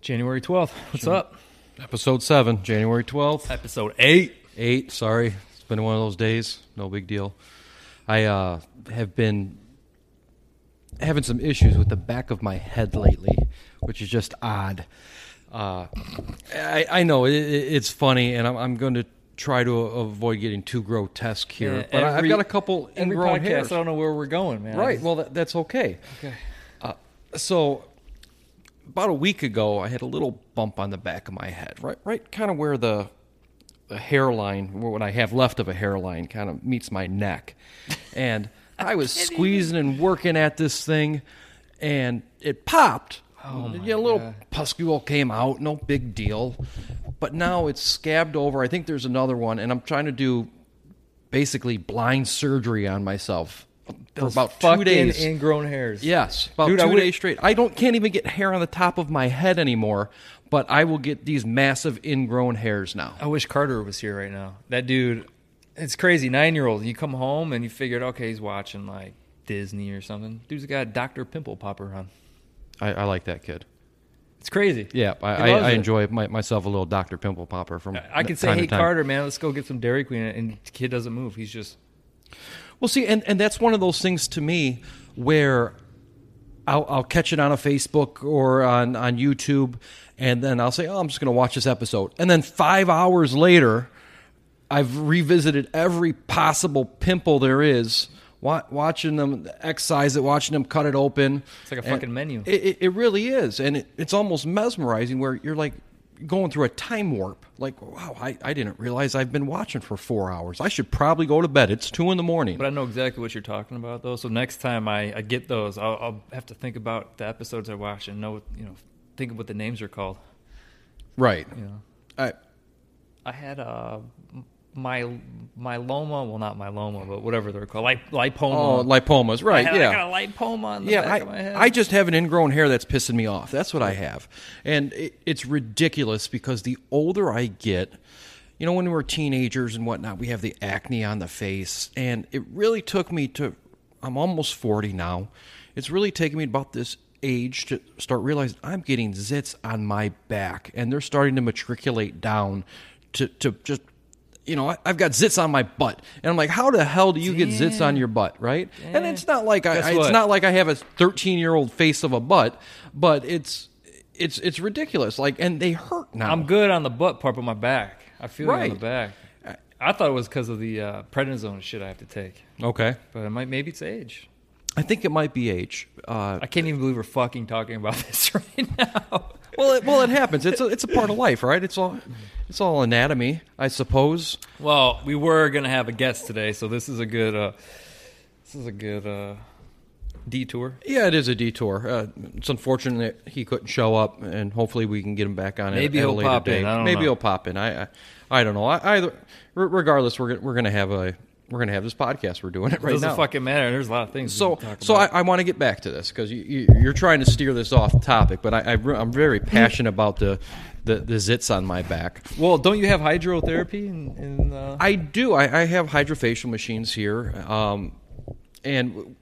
January 12th. What's up? Episode 7, January 12th, Episode 8. 8. Sorry, it's been one of those days. No big deal. I uh, have been having some issues with the back of my head lately, which is just odd. Uh, I, I know it, it- it's funny, and I'm, I'm going to try to avoid getting too grotesque here, but I- I've got a couple every ingrown podcast, hairs. I don't know where we're going, man. Right. Well, that, that's okay. Okay. Uh, so, about a week ago, I had a little bump on the back of my head, right, right, kind of where the the hairline, where what I have left of a hairline, kind of meets my neck, and I was squeezing and working at this thing, and it popped. Oh yeah, a little pustule came out, no big deal, but now it's scabbed over. I think there's another one, and I'm trying to do basically blind surgery on myself for about two Fucking days. ingrown hairs. Yes, about Dude, I two would- days straight. I don't can't even get hair on the top of my head anymore, but I will get these massive ingrown hairs now. I wish Carter was here right now. That dude, it's crazy. Nine year old. You come home and you figured, okay, he's watching like Disney or something. Dude's got a Dr. Pimple Popper on. I, I like that kid. It's crazy. Yeah, I, I, He loves I it. enjoy my, myself a little Doctor Pimple Popper from. I can say, time to hey, time. Carter, man, let's go get some Dairy Queen. And the kid doesn't move. He's just, Well, see, and, and that's one of those things to me where I'll, I'll catch it on a Facebook or on, on YouTube, and then I'll say, oh, I'm just going to watch this episode. And then five hours later, I've revisited every possible pimple there is, wa- watching them excise it, watching them cut it open. It's like a And fucking menu. It, it, it really is. And it, it's almost mesmerizing where you're like, Going through a time warp, like wow, I, I didn't realize I've been watching for four hours. I should probably go to bed. It's two in the morning. but I know exactly what you're talking about, though. So next time I, I get those, I'll, I'll have to think about the episodes I watch and know, what you know, think of what the names are called. Right. You know, I, I had a my myeloma, well, not myeloma, but whatever they're called, Lip- lipoma. oh, lipomas. Right. I, had- I yeah. got a lipoma on the yeah. back of my head. I, I just have an ingrown hair that's pissing me off. That's what I have. And it, it's ridiculous because the older I get, you know, when we were teenagers and whatnot, we have the acne on the face. And it really took me to, I'm almost 40 now. It's really taken me about this age to start realizing I'm getting zits on my back and they're starting to matriculate down to, to just you know, I- I've got zits on my butt, and I'm like, how the hell do you get zits on your butt, right? And it's not like I, Guess I what? it's not like I have a 13 year old face of a butt, but it's it's it's ridiculous. Like, and they hurt now. I'm good on the butt part, but my back, I feel it on the Right. Uh, back. I thought it was because of the uh, prednisone shit I have to take, okay. but it might, maybe it's age. I think it might be age. Uh, I can't even believe we're fucking talking about this right now. well, it, well, it happens. It's a, it's a part of life, right? It's all it's all anatomy, I suppose. Well, we were gonna have a guest today, so this is a good uh, this is a good uh, detour. Yeah, it is a detour. Uh, it's unfortunate that he couldn't show up, and hopefully we can get him back on. at- Maybe at, he'll a later pop in. day. I don't Maybe know. he'll pop in. I, I, I don't know. I, either re- regardless, we're gonna- we're gonna have a we're gonna have this podcast. We're doing it right Doesn't now. fucking matter. There's a lot of things. we so can talk so about. I, I want to get back to this because you, you, you're trying to steer this off topic, but I, I re- I'm very passionate about the, the the zits on my back. well, don't you have hydrotherapy? And, and uh, I do. I, I have hydrofacial machines here, um, and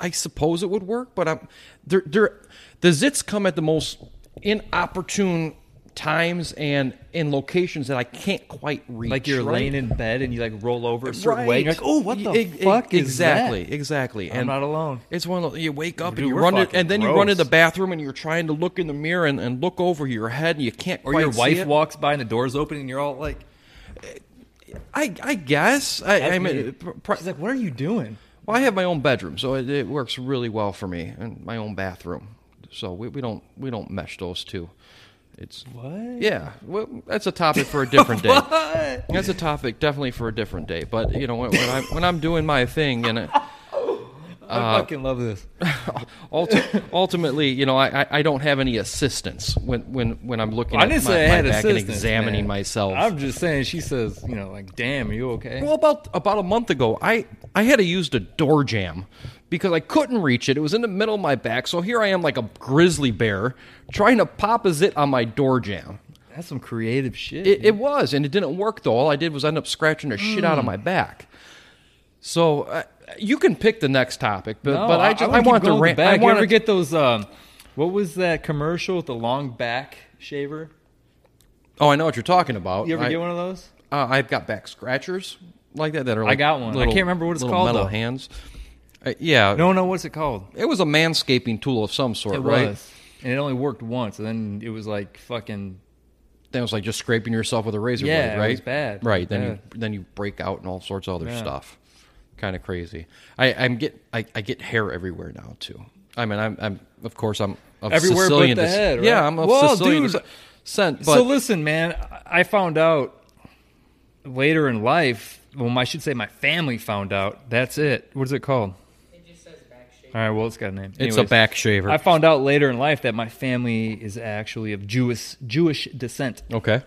I suppose it would work. But I'm they're, they're, the zits come at the most inopportune times and in locations that I can't quite reach. like you're right? laying in bed and you like roll over a certain Right. way. And you're like, oh, what the E- e- fuck is exactly, that? exactly. I'm and not alone. It's one of those, you wake up Dude, and you we're run it, fucking and then you run gross. to the bathroom and you're trying to look in the mirror and, and look over your head and you can't. Or quite your see wife it. walks by and the door's open and you're all like, I, I guess. I, I mean, pr- she's like, what are you doing? Well, I have my own bedroom, so it, it works really well for me, and my own bathroom. So we, we don't we don't mesh those two. It's What? yeah. Well, that's a topic for a different day. That's a topic definitely for a different day. But you know when, when I'm when I'm doing my thing, and it, I uh, fucking love this. ulti- ultimately, you know, I, I- I don't have any assistance when when when I'm looking I at didn't my, say I my had back and assistance. examining man. myself. I'm just saying. She says, you know, like, damn, are you okay? Well, about about a month ago, I I had to used a door jam because I couldn't reach it. It was in the middle of my back, so here I am like a grizzly bear trying to pop a zit on my door jam. That's some creative shit. It, it was, and it didn't work though. All I did was end up scratching the shit Hmm. out of my back. So uh, you can pick the next topic, but No, but I just I, wanna keep want to going with rant. the I bag. You want ever to get those um, What was that commercial with the long back shaver? Oh, I know what you're talking about. You ever I, get one of those? Uh, I've got back scratchers like that. That are like got one. I little- can't remember what it's little called, Metal though. hands. Uh, yeah, No, no. What's it called? it was a manscaping tool of some sort, It right? was, and it only worked once, and then it was like fucking. That was like just scraping yourself with a razor Yeah, blade, it right? was bad. Right. Then you then you break out and all sorts of other Yeah. stuff. Kind of crazy. I, I'm get I, I get hair everywhere now too. I mean, I'm, I'm of course I'm of Everywhere but Sicilian the des- head, right? Yeah, I'm of Well, Sicilian dude, des- descent. But so listen, man. I found out later in life. Well, I should say my family found out. That's it. What is it called? It just says back shape. All right. Well, it's got a name. it's a Anyways, back shaver. I found out later in life that my family is actually of Jewish Jewish descent. okay.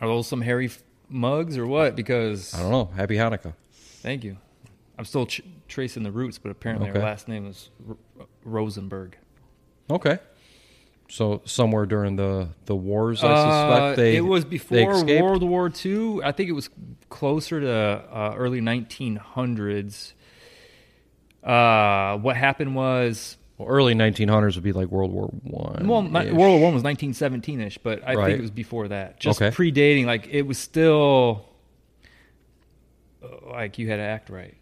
Are those some hairy f- mugs or what? Because I don't know. Happy Hanukkah. Thank you. I'm still ch- tracing the roots, but apparently Okay. her last name was R- Rosenberg. Okay. So somewhere during the the wars, I Uh, suspect they it was they before escaped? World War II. I think it was closer to uh, early 1900s. Uh, what happened was Well, early 1900s would be like World War One. well, my, World War One was 1917ish, but I Right. think it was before that. Just Okay. predating, like it was still uh, like you had to act right,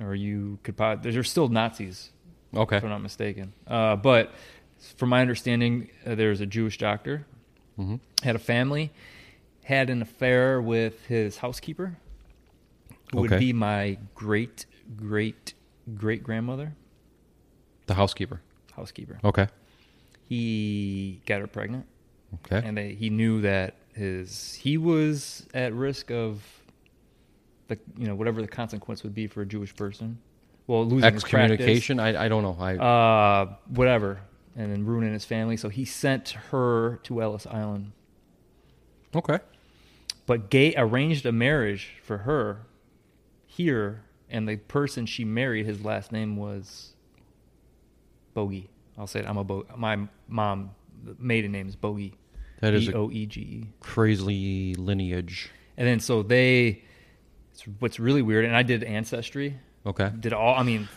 or you could. po- There's still Nazis Okay. if I'm not mistaken. Uh, but from my understanding, uh, there's a Jewish doctor, Mhm. had a family, had an affair with his housekeeper, who would Okay. be my great, great, great grandmother, The housekeeper. housekeeper. Okay. He got her pregnant, Okay. and they, he knew that his he was at risk of the you know whatever the consequence would be for a Jewish person. Well, losing his practice. Excommunication. I, I don't know. I uh, whatever, and then ruining his family. So he sent her to Ellis Island, okay. but Gay arranged a marriage for her here, and the person she married, his last name was Bogey. I'll say it. I'm a bo- my mom maiden name is Bogey. That is B a- O E G E. Crazy lineage. And then so they, it's what's really weird, and I did ancestry, Okay. did all. I mean,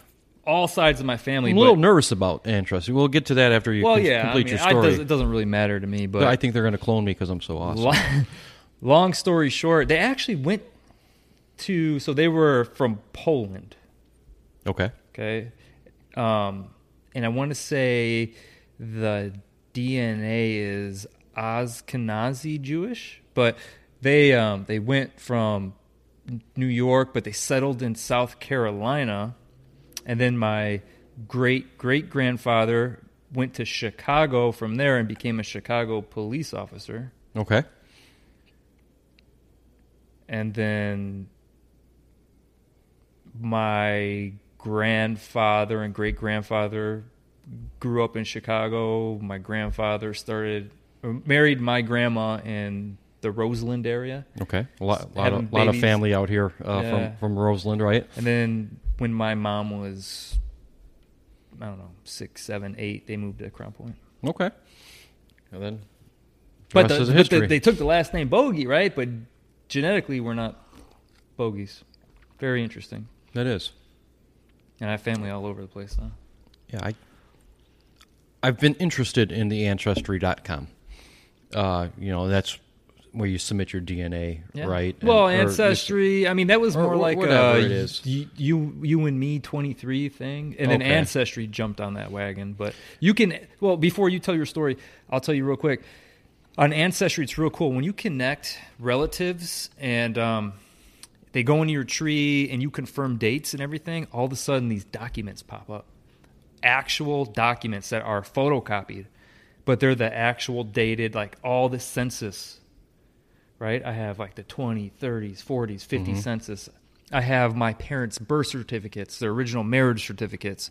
all sides of my family. I'm a little but- nervous about ancestry. We'll get to that after you Well, com- yeah, complete I mean, your I- it story. doesn't- it doesn't really matter to me, but But I think they're going to clone me because I'm so awesome. Long, long story short, they actually went to so they were from Poland, Okay. okay, um, and I want to say the DNA is Ashkenazi Jewish, but they um, they went from New York, but they settled in South Carolina, and then my great great grandfather went to Chicago from there and became a Chicago police officer Okay. and then my grandfather and great grandfather grew up in Chicago. My grandfather started or married my grandma in the Roseland area, Okay. A lot, lot, Having of, lot of babies. family out here uh, Yeah. from from Roseland, right? and then when my mom was, I don't know, six, seven, eight, they moved to Crown Point. Okay. And then. But, rest the, is but history. the, they took the last name Bogey, right? But genetically, we're not bogies. Very interesting. that is. And I have family all over the place now. Yeah, I I've been interested in the ancestry.com. Uh, you know, that's where you submit your DNA, Yeah. right? Well, And- or just- ancestry. I mean, that was or more wh- like whatever a it is. y- you you and me twenty three thing, and then Okay. ancestry jumped on that wagon. But you can well before you tell your story, I'll tell you real quick. On ancestry, it's real cool when you connect relatives and um, they go into your tree and you confirm dates and everything. All of a sudden, these documents pop up, actual documents that are photocopied, but they're the actual dated like all the census right? I have like the 20, 30s, 40s, 50 census. I have my parents' birth certificates, their original marriage certificates,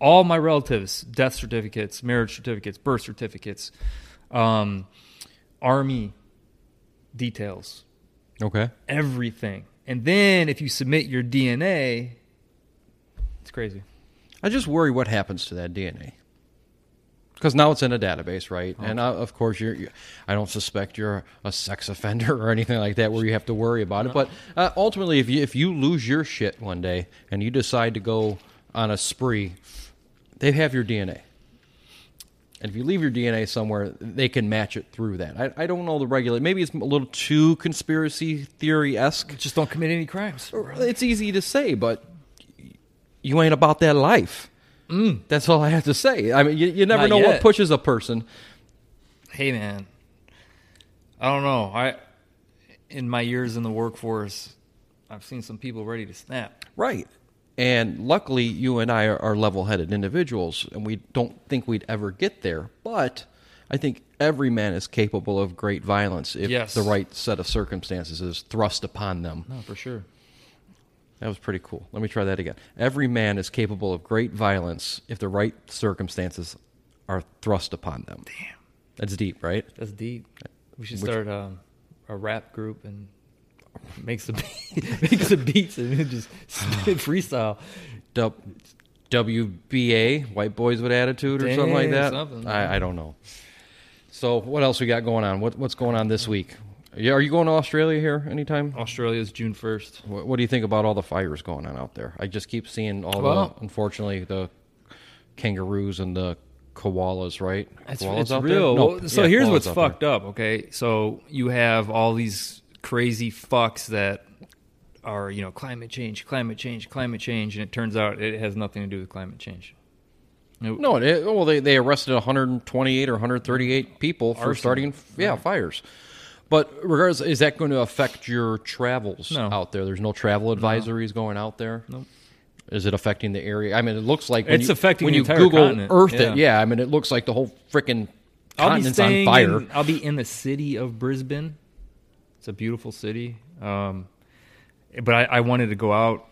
all my relatives' death certificates, marriage certificates, birth certificates, um, army details, Okay. everything. And then if you submit your DNA, it's crazy. I just worry what happens to that DNA. Because now it's in a database, right? And I, of course, you're, you, I don't suspect you're a sex offender or anything like that, where you have to worry about it. But uh, ultimately, if you if you lose your shit one day and you decide to go on a spree, they have your DNA. And if you leave your DNA somewhere, they can match it through that. I, I don't know the regulate. Maybe it's a little too conspiracy theory esque. Just don't commit any crimes. It's easy to say, but you ain't about that life. That's all I have to say. I mean, you, you never Mm. Not know yet. what pushes a person. Hey man, I don't know. I in my years in the workforce, I've seen some people ready to snap. Right. And luckily, you and I are, are level headed individuals, and we don't think we'd ever get there. But I think every man is capable of great violence if Yes. the right set of circumstances is thrust upon them. No, for sure. That was pretty cool. Let me try that again. Every man is capable of great violence if the right circumstances are thrust upon them. Damn. That's deep, right? That's deep. We should Which- start um, a rap group and make some make some beats and then just spit freestyle. W- WBA, White Boys with Attitude, or something like Damn, that. something. I, I don't know. So, what else we got going on? What, what's going on this week? Yeah, Are you going to Australia here anytime? Australia's June first. What, what do you think about all the fires going on out there? I just keep seeing all Well- the, unfortunately, the kangaroos and the koalas, right? It's, koalas it's out there? real. No, Well, so yeah, here's koalas what's out there. fucked up. Okay, so you have all these crazy fucks that are you know climate change, climate change, climate change, and it turns out it has nothing to do with climate change. It- No, it, well, they, they arrested 128 or 138 people for Arson. starting, yeah, fires. But regardless, is that going to affect your travels No. out there? There's no travel advisories going out there. Nope. Is it affecting the area? I mean, it looks like when It's you, affecting when the you entire Google continent. Earth Yeah. it. Yeah, I mean, it looks like the whole freaking I'll be continent's on staying. fire. in- I'll be in the city of Brisbane. It's a beautiful city, um, but I, I wanted to go out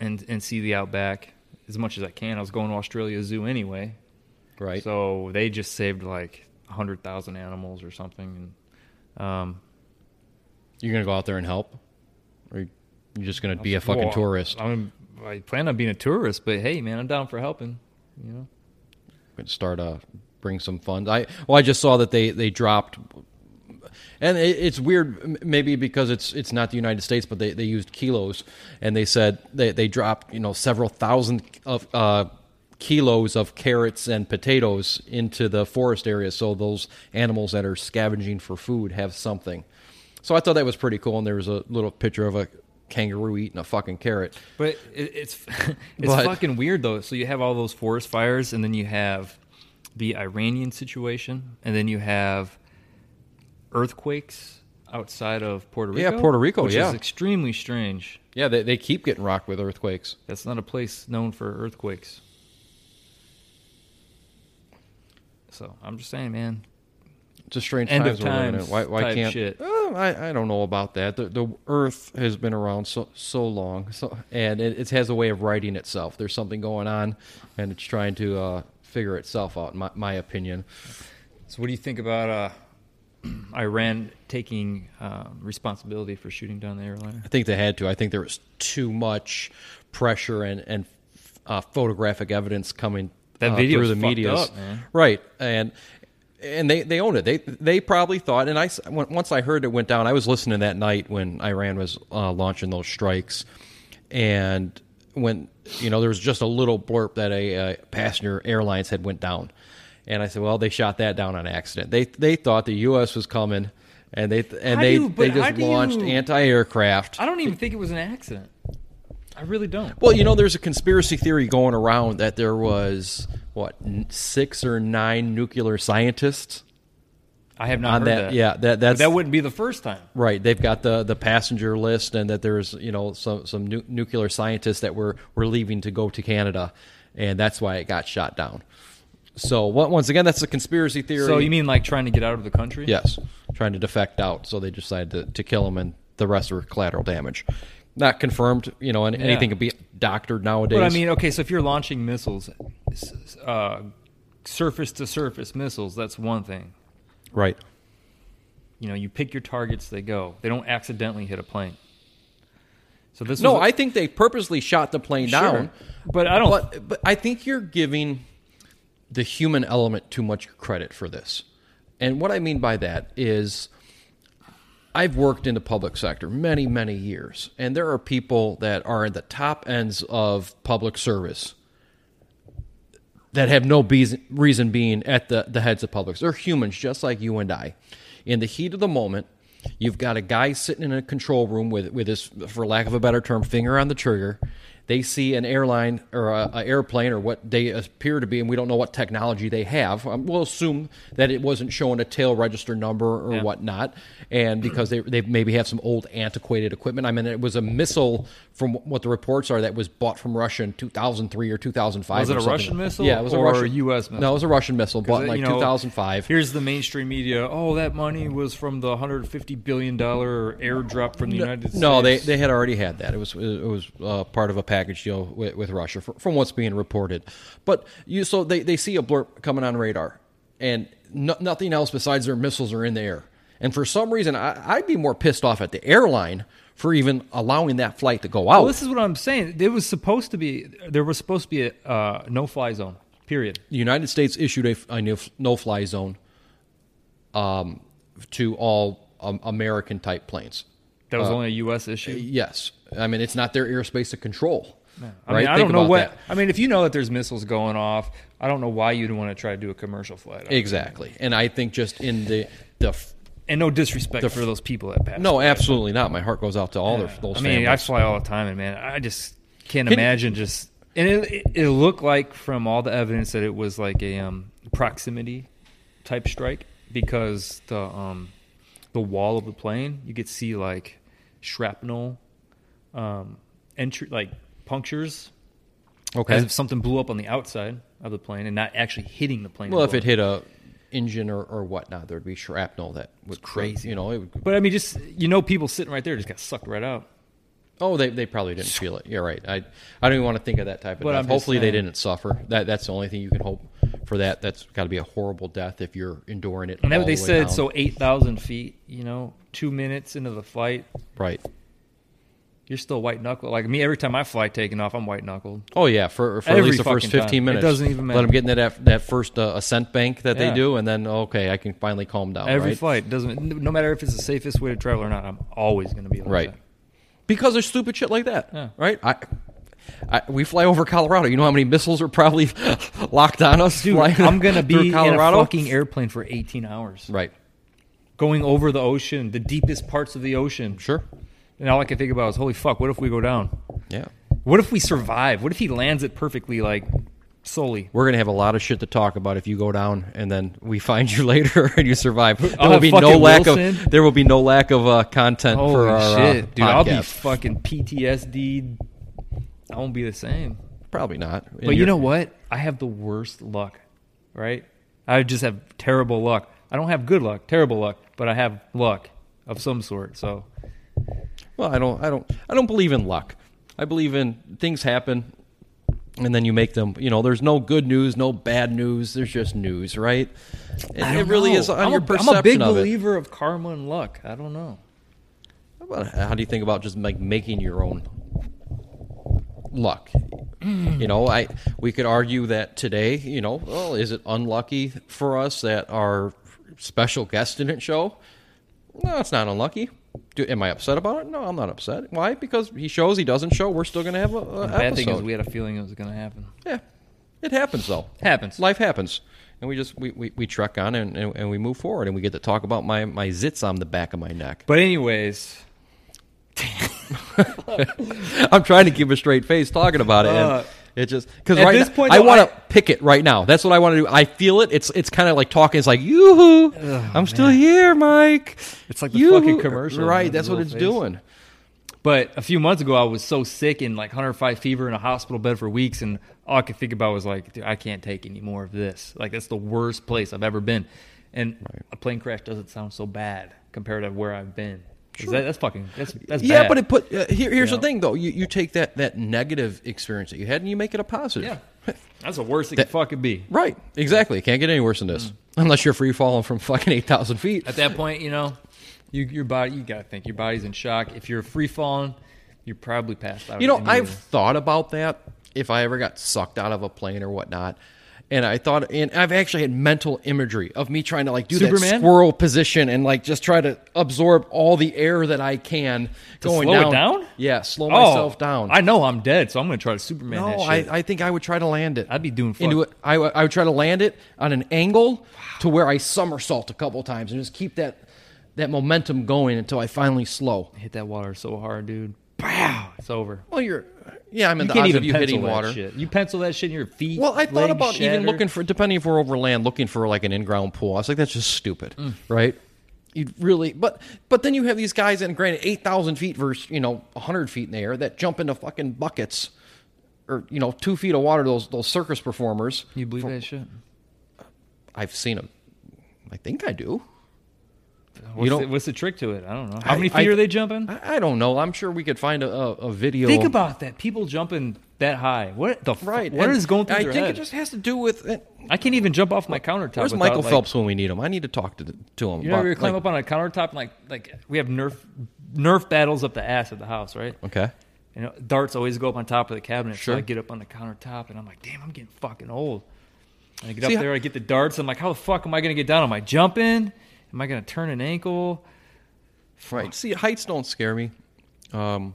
and and see the outback as much as I can. I was going to Australia Zoo anyway, right. So they just saved like hundred thousand animals or something, and um, You're going to go out there and help? Or you're just going to be a fucking well, tourist? I'm, I plan on being a tourist, but hey, man, I'm down for helping. You know, could start uh bring some funds. I well, I just saw that they they dropped, and it, it's weird m- maybe because it's it's not the United States, but they, they used kilos, and they said they they dropped you know several thousand of uh kilos of carrots and potatoes into the forest area, so those animals that are scavenging for food have something. So I thought that was pretty cool, and there was a little picture of a kangaroo eating a fucking carrot. but it, it's it's But- fucking weird though. So you have all those forest fires, and then you have the Iranian situation, and then you have earthquakes outside of Puerto Yeah, Rico. Puerto Rico, which yeah. is extremely strange. Yeah, they they keep getting rocked with earthquakes. That's not a place known for earthquakes. So I'm just saying, man. It's a strange End times of we're living in. times Why, why type can't? shit. Oh, I, I don't know about that. The, the Earth has been around so so long, so and it, it has a way of writing itself. There's something going on, and it's trying to uh, figure itself out. In my, my opinion. So what do you think about uh, Iran taking um, responsibility for shooting down the airliner? I think they had to. I think there was too much pressure and and uh, photographic evidence coming That uh, video's through the fucked media, up, man. right? And and they they owned it. They they probably thought. And I s- when- once I heard it went down, I was listening that night when Iran was uh, launching those strikes, and when you know there was just a little blurb that a, uh passenger airlines had went down, and I said, well, they shot that down on accident. They they thought the U.S. was coming. And they and How do they, you- they but how just do launched you- anti-aircraft. I don't even think it was an accident. I really don't. Well, you know, there's a conspiracy theory going around that there was what n- six or nine nuclear scientists I have not on heard that. that. Yeah, that But that's that wouldn't be the first time. right. They've got the the passenger list, and that there's you know some some nu- nuclear scientists that were were leaving to go to Canada, and that's why it got shot down. So on- once again, that's a conspiracy theory. So you mean like trying to get out of the country? yes, trying to defect out, so they decided to, to kill him, and the rest were collateral damage. Not confirmed, you know, and anything can be doctored nowadays. But I mean, okay, so if you're launching missiles, s- s- uh, surface to surface missiles, that's one thing. right. you know, you pick your targets, they go. They don't accidentally hit a plane. So this No, was a- I think they purposely shot the plane Sure. down. But I don't- But, but I think you're giving the human element too much credit for this. And what I mean by that is, I've worked in the public sector many, many years, and there are people that are at the top ends of public service that have no beas- reason being at the, the heads of publics. They're humans just like you and I. In the heat of the moment, you've got a guy sitting in a control room with, with his, for lack of a better term, finger on the trigger. They see an airline or a, a airplane or what they appear to be, and we don't know what technology they have. Um, we'll assume that it wasn't showing a tail register number or whatnot, and because they, they maybe have some old antiquated equipment. I mean, it was a missile from what the reports are that was bought from Russia in 2003 or 2005. Was it or a something. Russian missile Yeah, it was a or a Russian US missile? No, it was a Russian missile, bought That, in like you know, 2005. Here's the mainstream media. Oh, that money was from the 150 billion dollar airdrop from the United States. No, they, they had already had that. It was it was uh, part of a package deal with, with Russia, fr- from what's being reported. But you so they, they see a blurb coming on radar, and no, nothing else besides their missiles are in the air. And for some reason, I, I'd be more pissed off at the airline for even allowing that flight to go out. Well, this is what I'm saying. It was supposed to be. There was supposed to be a uh, no-fly zone. Period. the United States issued a, no fly zone um, to all um, American type planes. That Uh, was only a U.S. issue. Yes, I mean it's not their airspace to control. I mean, I Think don't know about what. that. I mean, if you know that there's missiles going off, I don't know why you'd want to try to do a commercial flight. Exactly, and I think just in the the f- And no disrespect for those people that passed. no, absolutely not. My heart goes out to all their, those I mean, I families. fly all the time, and man, I just can't imagine just. And it, it looked like from all the evidence that it was like a um, proximity type strike because the um, the wall of the plane you could see like shrapnel um, entry like punctures as okay, if something blew up on the outside of the plane and not actually hitting the plane. well, if above. it hit a engine or, or whatnot, there'd be shrapnel that was crazy. You know, it would, but I mean, just you know, people sitting right there just got sucked right out. oh, they, they probably didn't feel it. You're right. I I don't even want to think of that type of But I'm just death. Hopefully, they saying- didn't suffer. That that's the only thing you can hope for. That that's got to be a horrible death if you're enduring it. And that's all what they the way said. down. So eight thousand feet, you know, two minutes into the flight, right. you're still white knuckled. Like me, every time I fly taking off, I'm white knuckled. Oh yeah, for, for at Every least the first fucking time. fifteen It minutes. doesn't even Let them matter. get into that that first uh, ascent bank that Yeah. they do, and then okay, I can finally calm down. Every right? flight doesn't, no matter if it's the safest way to travel or not, I'm always going to be like right? that. Because there's stupid shit like that, Yeah. right? I, I, we fly over Colorado. You know how many missiles are probably locked on us? Dude, flying I'm going to through be in a Colorado, fucking airplane for 18 hours, right? going over the ocean, the deepest parts of the ocean. Sure. And all I can think about is, holy fuck, what if we go down? Yeah, What if we survive? What if he lands it perfectly, like solely? we're gonna have a lot of shit to talk about if you go down and then we find you later and you survive. There I'll will have be no fucking lack Wilson. of there will be no lack of uh, content for Holy our shit, uh, dude! I'll be podcast. fucking PTSD. I won't be the same. probably not. And But you you're- know what? I have the worst luck, right? I just have terrible luck. I don't have good luck, terrible luck, but I have luck of some sort. So Well, I don't, I don't, I don't believe in luck. I believe in things happen, and then you make them. You know, there's no good news, no bad news. There's just news, right? It, I it don't really know. is on I'm your a, perception I'm a big of it. believer of karma and luck. I don't know. How about- How do you think about just like making your own luck? You know, I we could argue that today. You know, well, is it unlucky for us that our special guest didn't show? No, it's not unlucky. Do, am I upset about it? No, I'm not upset. Why? Because he shows, he doesn't show. We're still going to have a, a The episode. bad thing is we had a feeling it was going to happen. Yeah, it happens though. Happens. Life happens, and we just we, we, we trek on and, and, and we move forward, and we get to talk about my my zits on the back of my neck. But anyways, I'm trying to keep a straight face talking about it. and Uh, it just because at right this now- point, I though, want I- to pick it right now. That's what I want to do. I feel it. It's it's kind of like talking. It's like yoo-hoo, I'm still here, Mike. Oh, It's like the Yoo-hoo. fucking commercial, right? with That's the what it's little face. doing. but a few months ago I was so sick and like 105 fever in a hospital bed for weeks, and all I could think about was like, dude, I can't take any more of this. Like that's the worst place I've ever been, and a plane crash doesn't sound so bad compared to where I've been. 'Cause that- that's fucking that's that's Yeah, bad. but it put uh, here, here's Yeah. the thing though. You you take that that negative experience that you had and you make it a positive. Yeah. That's the worst it could fucking be. Right. Exactly. Can't get any worse than this. Mm. Unless you're free falling from fucking 8,000 feet. At that point, you know, you your body you gotta think. Your body's in shock. If you're free falling, you're probably passed out. You know, immediately. I've thought about that if I ever got sucked out of a plane or whatnot. and I thought, and I've actually had mental imagery of me trying to like do that Superman? squirrel position and like just try to absorb all the air that I can going slow it down. down? Yeah, slow myself oh, down. I know I'm dead, so I'm going to try to Superman no, that shit. I, I think I would try to land it. I'd be doing fuck. into it. I, would- I would try to land it on an angle to where I somersault a couple times and just keep that that momentum going until I finally slow. hit that water so hard, dude. Pow! It's over. Well, you're yeah. I mean, You the can't odds even of you pencil hitting that water. shit. You pencil that shit in your feet. Well, I thought legs about even shatter. looking for, depending if we're over land, looking for like an in-ground pool. I was like, that's just stupid, Mm. right? You'd really, but but then you have these guys, and granted, eight thousand feet versus you know hundred feet in the air that jump into fucking buckets, or you know two feet of water. Those those circus performers. You believe that shit? I've seen them. I think I do. Uh, What's, don't- the, what's the trick to it? I don't know. How I- many feet I- are they jumping? I, I don't know. I'm sure we could find a, a, a video. Think about that. People jumping that high. What the right. Fuck? What and is going through I their think head? it just has to do with. eh, I can't even jump off my countertop. Where's without, Michael like- Phelps when we need him? I need to talk to to him. You know, about, we were climbing like- up on a countertop and like like we have Nerf Nerf battles up the ass at the house, right? Okay. You know, darts always go up on top of the cabinet. Sure. So I get up on the countertop and I'm like, damn, I'm getting fucking old. And I get See, up there, I get the darts. I'm like, how the fuck am I going to get down? Am I jumping? Am I going to turn an ankle? Right. See, heights don't scare me. Um,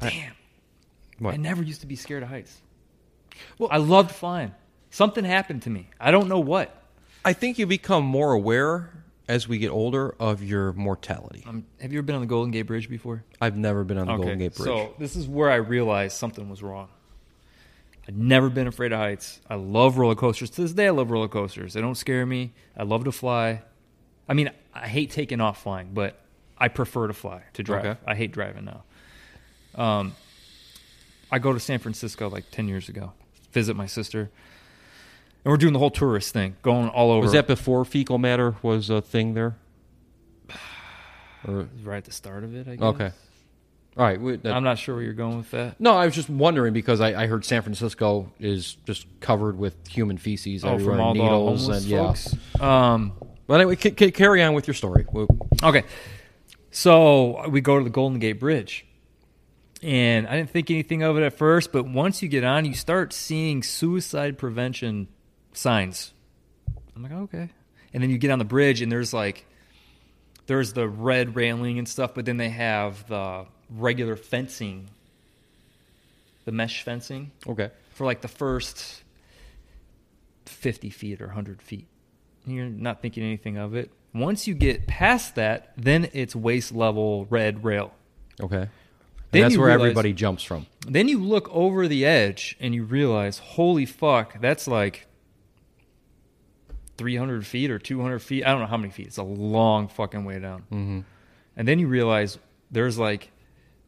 Damn. What? I never used to be scared of heights. Well, I loved flying. Something happened to me. I don't know what. I think you become more aware as we get older of your mortality. Um, have you ever been on the Golden Gate Bridge before? I've never been on the Golden Gate Bridge. So this is where I realized something was wrong. I'd never been afraid of heights. I love roller coasters. To this day, I love roller coasters. They don't scare me. I love to fly. I mean, I hate taking off flying, but I prefer to fly to drive. Okay. I hate driving now. Um, I go to San Francisco like ten years ago, visit my sister, and we're doing the whole tourist thing, going all over. was that before fecal matter was a thing there? Or, right at the start of it? I guess. okay. All right. We, that- I'm not sure where you're going with that. no, I was just wondering because I, I heard San Francisco is just covered with human feces Oh, everywhere, from all the needles, homeless and yeah. folks. Um, But anyway, c- c- carry on with your story. We- Okay. So we go to the Golden Gate Bridge. And I didn't think anything of it at first, but once you get on, you start seeing suicide prevention signs. I'm like, okay. And then you get on the bridge, and there's like, there's the red railing and stuff, but then they have the regular fencing, the mesh fencing Okay. for like the first 50 feet or 100 feet. You're not thinking anything of it. Once you get past that, then it's waist level red rail. Okay. And Then that's you where realize- everybody jumps from. Then you look over the edge and you realize, holy fuck, that's like 300 feet or 200 feet. I don't know how many feet. It's a long fucking way down. Mm-hmm. And then you realize there's like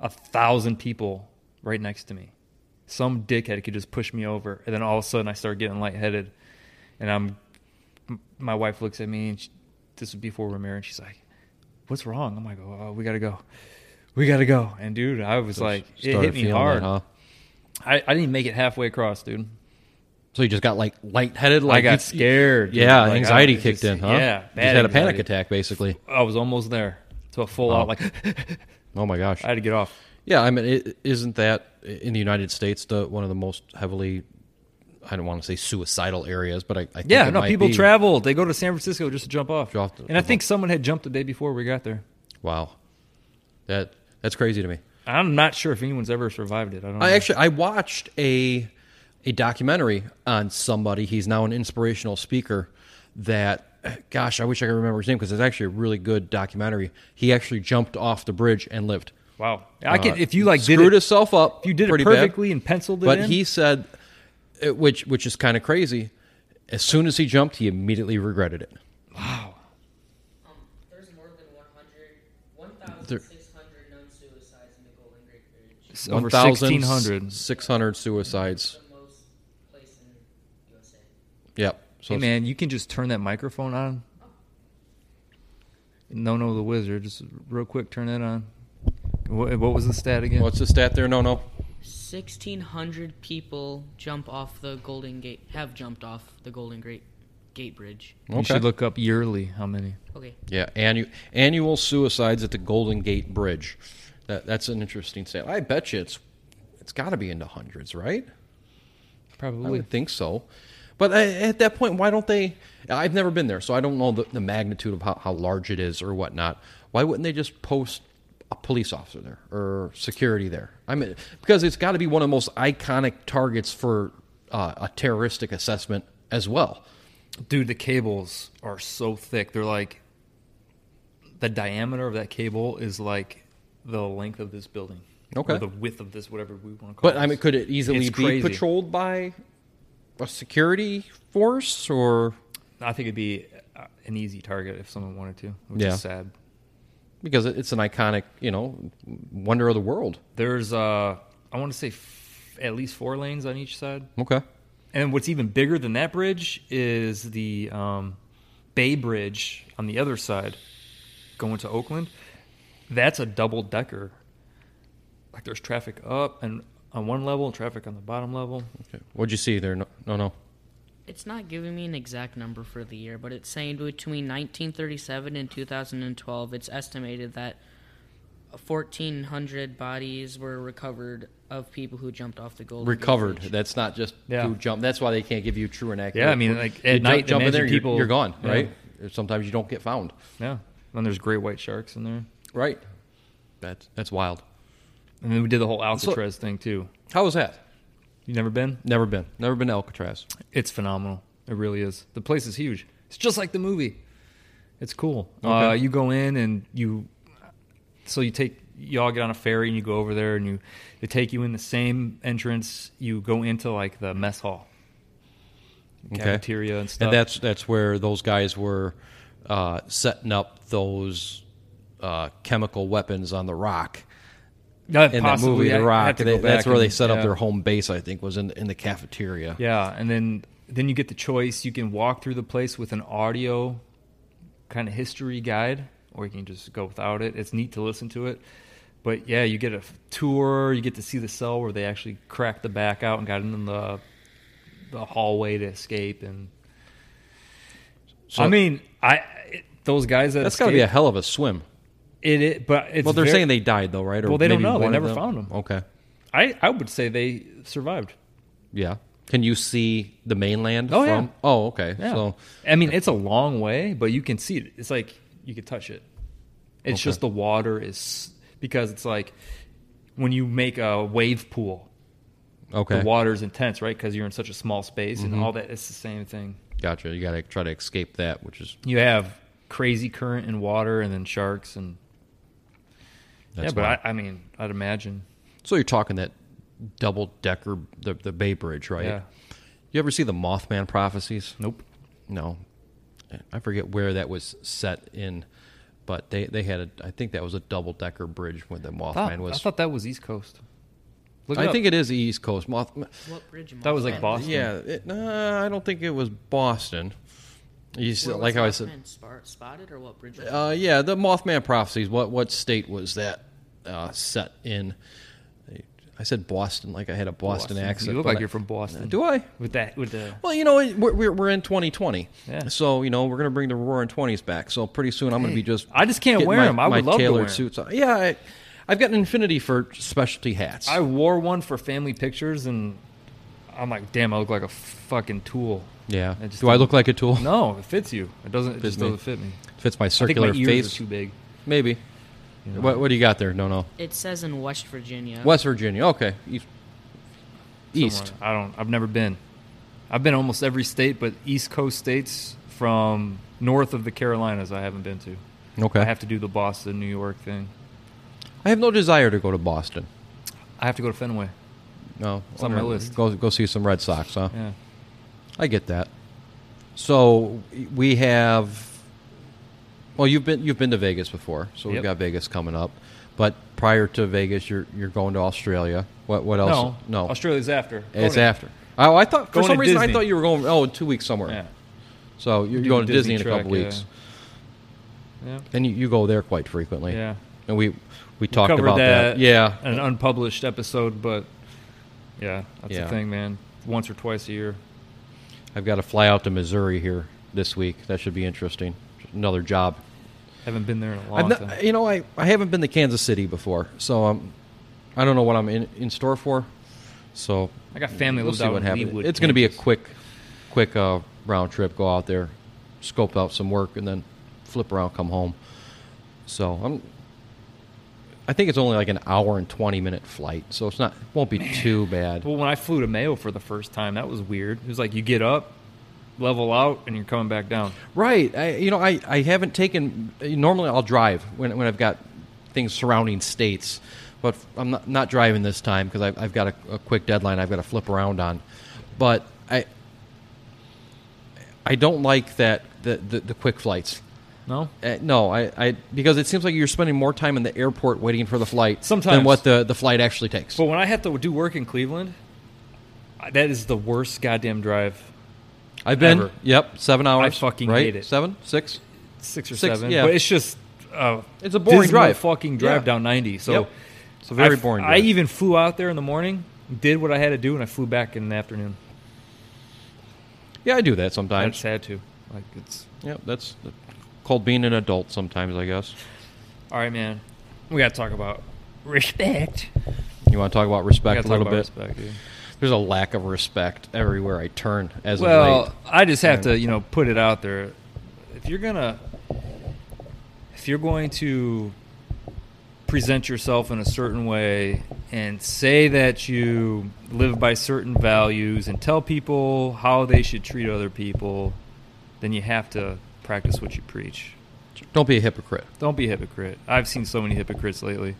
a thousand people right next to me. Some dickhead could just push me over. And then all of a sudden I start getting lightheaded. And I'm, m- my wife looks at me and she, this was before we were married. She's like, what's wrong? I'm like, oh, we got to go. We got to go. And dude, I was like, it hit me hard. I, I didn't make it halfway across, dude. So you just got like lightheaded. Like I got you- scared. dude. Yeah, Like, anxiety I kicked just- in, huh? Yeah. You bad just had a panic anxiety. attack basically. I was almost there to a full out, like, Oh my gosh. I had to get off. yeah, I mean, it, isn't that in the United States the one of the most heavily? I don't want to say suicidal areas, but I, I think Yeah, it no, might people be. travel. They go to San Francisco just to jump off. Drop the- and I think someone had jumped the day before we got there. Wow, that that's crazy to me. I'm not sure if anyone's ever survived it. I don't know. I actually I watched a a documentary on somebody. He's now an inspirational speaker. That gosh, I wish I could remember his name because it's actually a really good documentary. He actually jumped off the bridge and lived. wow. I Uh, could if you like did screwed it, if himself up. you did it pretty bad. perfectly and penciled it but in. he said, uh, which which is kind of crazy. As soon as he jumped, he immediately regretted it. Um, there's more than 100, There- 1,600 known suicides in the Golden Gate Bridge. It's It's over 1600. 1,600 suicides. the most place in USA. Yep. So Hey man, you can just turn that microphone on. No, no, the wizard. Just real quick, turn that on. What, what was the stat again? what's the stat there? No, no. 1,600 people jump off the Golden Gate, have jumped off the Golden Gate, Gate Bridge. You should look up yearly how many. Okay. Yeah, annual annual suicides at the Golden Gate Bridge. That that's an interesting stat. I bet you it's it's got to be in the hundreds, right? I Probably. would think so. But I, at that point, why don't they? I've never been there, so I don't know the, the magnitude of how, how large it is or whatnot. Why wouldn't they just post a police officer there or security there? I mean, because it's got to be one of the most iconic targets for uh, a terroristic assessment as well. Dude, the cables are so thick. They're like the diameter of that cable is like the length of this building. Okay. Or the width of this, whatever we want to call it. But I mean, could it easily It's be crazy. patrolled by a security force or? I think it'd be uh, an easy target if someone wanted to, which Yeah. is sad. Because it- it's an iconic, you know, wonder of the world. There's, uh, I want to say, f- at least four lanes on each side. Okay. And what's even bigger than that bridge is the um, Bay Bridge on the other side going to Oakland. That's a double decker. Like there's traffic up and on one level, traffic on the bottom level. okay. What'd you see there? No, no, no. It's not giving me an exact number for the year, but it's saying between 1937 and 2012, it's estimated that 1,400 bodies were recovered of people who jumped off the Golden Gate recovered. Bridge. That's not just Yeah. who jump. That's why they can't give you true and accurate. Yeah, I mean, like, at night, imagine you're- people- you're, gone, Yeah. right? Sometimes you don't get found, Yeah. And there's great white sharks in there. right? That's that's wild. And then we did the whole Alcatraz thing too. How was that? You never been? Never been. Never been to Alcatraz. It's phenomenal. It really is. The place is huge. It's just like the movie. It's cool. Uh, Okay. you go in and you, so you take you all get on a ferry and you go over there and you they take you in the same entrance. You go into like the mess hall, Okay. cafeteria and stuff. And that's that's where those guys were uh, setting up those uh, chemical weapons on the rock That in Uh, possibly- that movie, I- The I Rock. have to they- go that's back where they and- set up yeah. their home base. I think was in in the cafeteria. Yeah, and then then you get the choice. You can walk through the place with an audio kind of history guide, or you can just go without it. It's neat to listen to it. But yeah, you get a f- tour. You get to see the cell where they actually cracked the back out and got in the the hallway to escape. And So I mean, I it, those guys that that's got to be a escaped, hell of a swim. it, it. But it's Well, they're ver- saying they died though, right? Or Well, they don't maybe know. They one of never found 'em. Okay. I I would say they survived. Yeah. Can you see the mainland Oh, from yeah. Oh, okay. Yeah. So I mean, it's a long way, but you can see it. It's like you could touch it. It's Okay. just the water is because it's like when you make a wave pool, okay. Mm-hmm. the water's intense, right? Because you're in such a small space and all that. It's the same thing. gotcha. You got to try to escape that, which is You have crazy current and water, and then sharks and that's yeah. But wild. I, I mean, I'd imagine. So you're talking that double decker the the Bay Bridge, right? Yeah. You ever see the Mothman prophecies? Nope. No. I forget where that was set in, but they they had a I think that was a double decker bridge when the Mothman Thought- I was thought that was East Coast. Look I it up. think it is the East Coast Mothman. What bridge am I That was like on? Boston. Yeah, it, no, I don't think it was Boston. You see, Where like was how I said Mothman spar- spotted or what bridge? was it? Uh, yeah, the Mothman prophecies. What what state was that uh, set in? I said Boston, like I had a Boston, accent. You look but like I- you're from Boston. Do I? with that with the Well, you know, it- we're we're, we're in 2020, Yeah. so you know we're gonna bring the roaring twenties back. So pretty soon I'm gonna be Hey, just. I just can't getting wear my, 'em. I my would love to tailored wear 'em. suits. On. Yeah, I, I've got an infinity for specialty hats. I wore one for family pictures, and I'm like, damn, I look like a fucking tool. yeah. I just Do I don't- look like a tool? No, it fits you. It doesn't. It just me. doesn't fit me. Fits my I think my circular ears face. are too big. Maybe. What what do you got there? No, no. It says in West Virginia. West Virginia. Okay. East. East. Somewhere. I don't. I've never been. I've been almost every state, but East Coast states from north of the Carolinas, I haven't been to. Okay. I have to do the Boston, New York thing. I have no desire to go to Boston. I have to go to Fenway. No, It's on my list. Go go see some Red Sox, huh? Yeah. I get that. So we have. Well, you've been you've been to Vegas before, so we've Yep. got Vegas coming up. But prior to Vegas, you're you're going to Australia. What what else? no. Australia's after. it's Going- after. Oh, I thought for Going some to reason I Disney. thought you were going. Oh, two weeks somewhere. Yeah. So you're Do going the to Disney, in a track, couple yeah. weeks, Yeah. and you, you go there quite frequently. Yeah. and we we talked covered about that. Yeah, an unpublished episode, but yeah, that's Yeah. the thing, man. Once or twice a year. I've got to fly out to Missouri here this week. That should be interesting. Another job. Haven't been there in a long I've not, time. you know, I, I haven't been to Kansas City before, so um, I don't know what I'm in, in store for. So I got family we'll lives see out what in happens. Leawood, it's going to be a Kansas. quick quick uh, round trip, go out there, scope out some work, and then flip around, come home. So I'm. I think it's only like an hour and twenty minute flight, so it's not it won't be too bad. Well, when I flew to Mayo for the first time, that was weird. It was like you get up, level out, and you're coming back down. Right. I, you know, I, I haven't taken. Normally, I'll drive when, when I've got things surrounding states, but I'm not, not driving this time because I've, I've got a, a quick deadline I've got to flip around on. But I I don't like that the, the, the quick flights. No, Uh, no, I, I because it seems like you're spending more time in the airport waiting for the flight than Sometimes. what the, the flight actually takes. but when I had to do work in Cleveland, I- that is the worst goddamn drive. I've been ever. yep seven hours. fucking right? hate it. Seven six. Six or Six, seven, yeah. but it's just uh, It's a boring dismal drive. Fucking drive Yeah. down ninety. So Yep. It's a very I- boring. I drive. even flew out there in the morning, did what I had to do, and I flew back in the afternoon. yeah I do that I sometimes. just had to. Like it's Yeah, that's called being an adult sometimes, I guess. all right, man. We got to talk about respect. You want to talk about We gotta respect a talk little about bit? respect, dude. There's a lack of respect everywhere I turn as well, of late. I just have to, And- you know, put it out there. If you're gonna, if you're going to present yourself in a certain way and say that you live by certain values and tell people how they should treat other people, then you have to practice what you preach. Don't be a hypocrite. Don't be a hypocrite. I've seen so many hypocrites lately.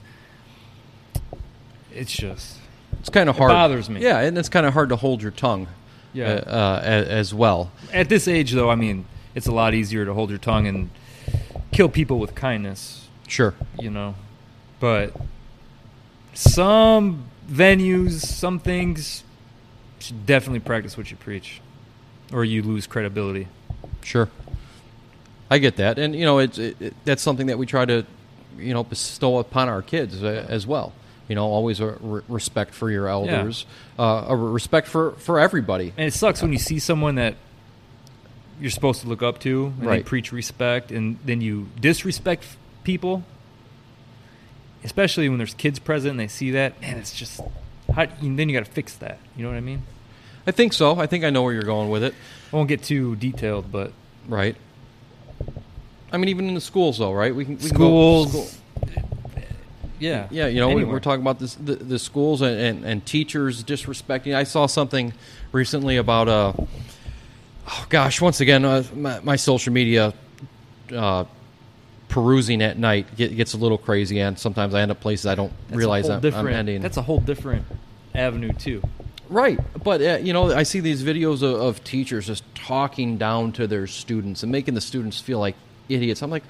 It's just It's kind of It hard. bothers me. Yeah, and it's kind of hard to hold your tongue. Yeah. Uh, uh, a- as well. At this age, though, I mean, it's a lot easier to hold your tongue and kill people with kindness, Sure. you know. But some venues, some things, should definitely practice what you preach, or you lose credibility. Sure. I get that, and you know, it's it, it, that's something that we try to, you know, bestow upon our kids uh, as well. You know, always a re- respect for your elders, uh, a respect for for everybody. And it sucks when you see someone that you're supposed to look up to and they Right. preach respect, and then you disrespect f- people. Especially when there's kids present and they see that, man, it's just. How, and then you got to fix that. You know what I mean? I think so. I think I know where you're going with it. I won't get too detailed, but Right. I mean, even in the schools, though, right? We can we schools. Can go to school. Yeah, Yeah, you know, we, Anywhere. we're talking about this, the, the schools and, and, and teachers disrespecting. I saw something recently about uh, oh gosh, once again, uh, my, my social media uh, perusing at night get, gets a little crazy, and sometimes I end up places I don't That's a realize whole I'm, I'm different- ending. That's a whole different avenue too. Right, but uh, you know, I see these videos of, of teachers just talking down to their students and making the students feel like idiots. I'm like,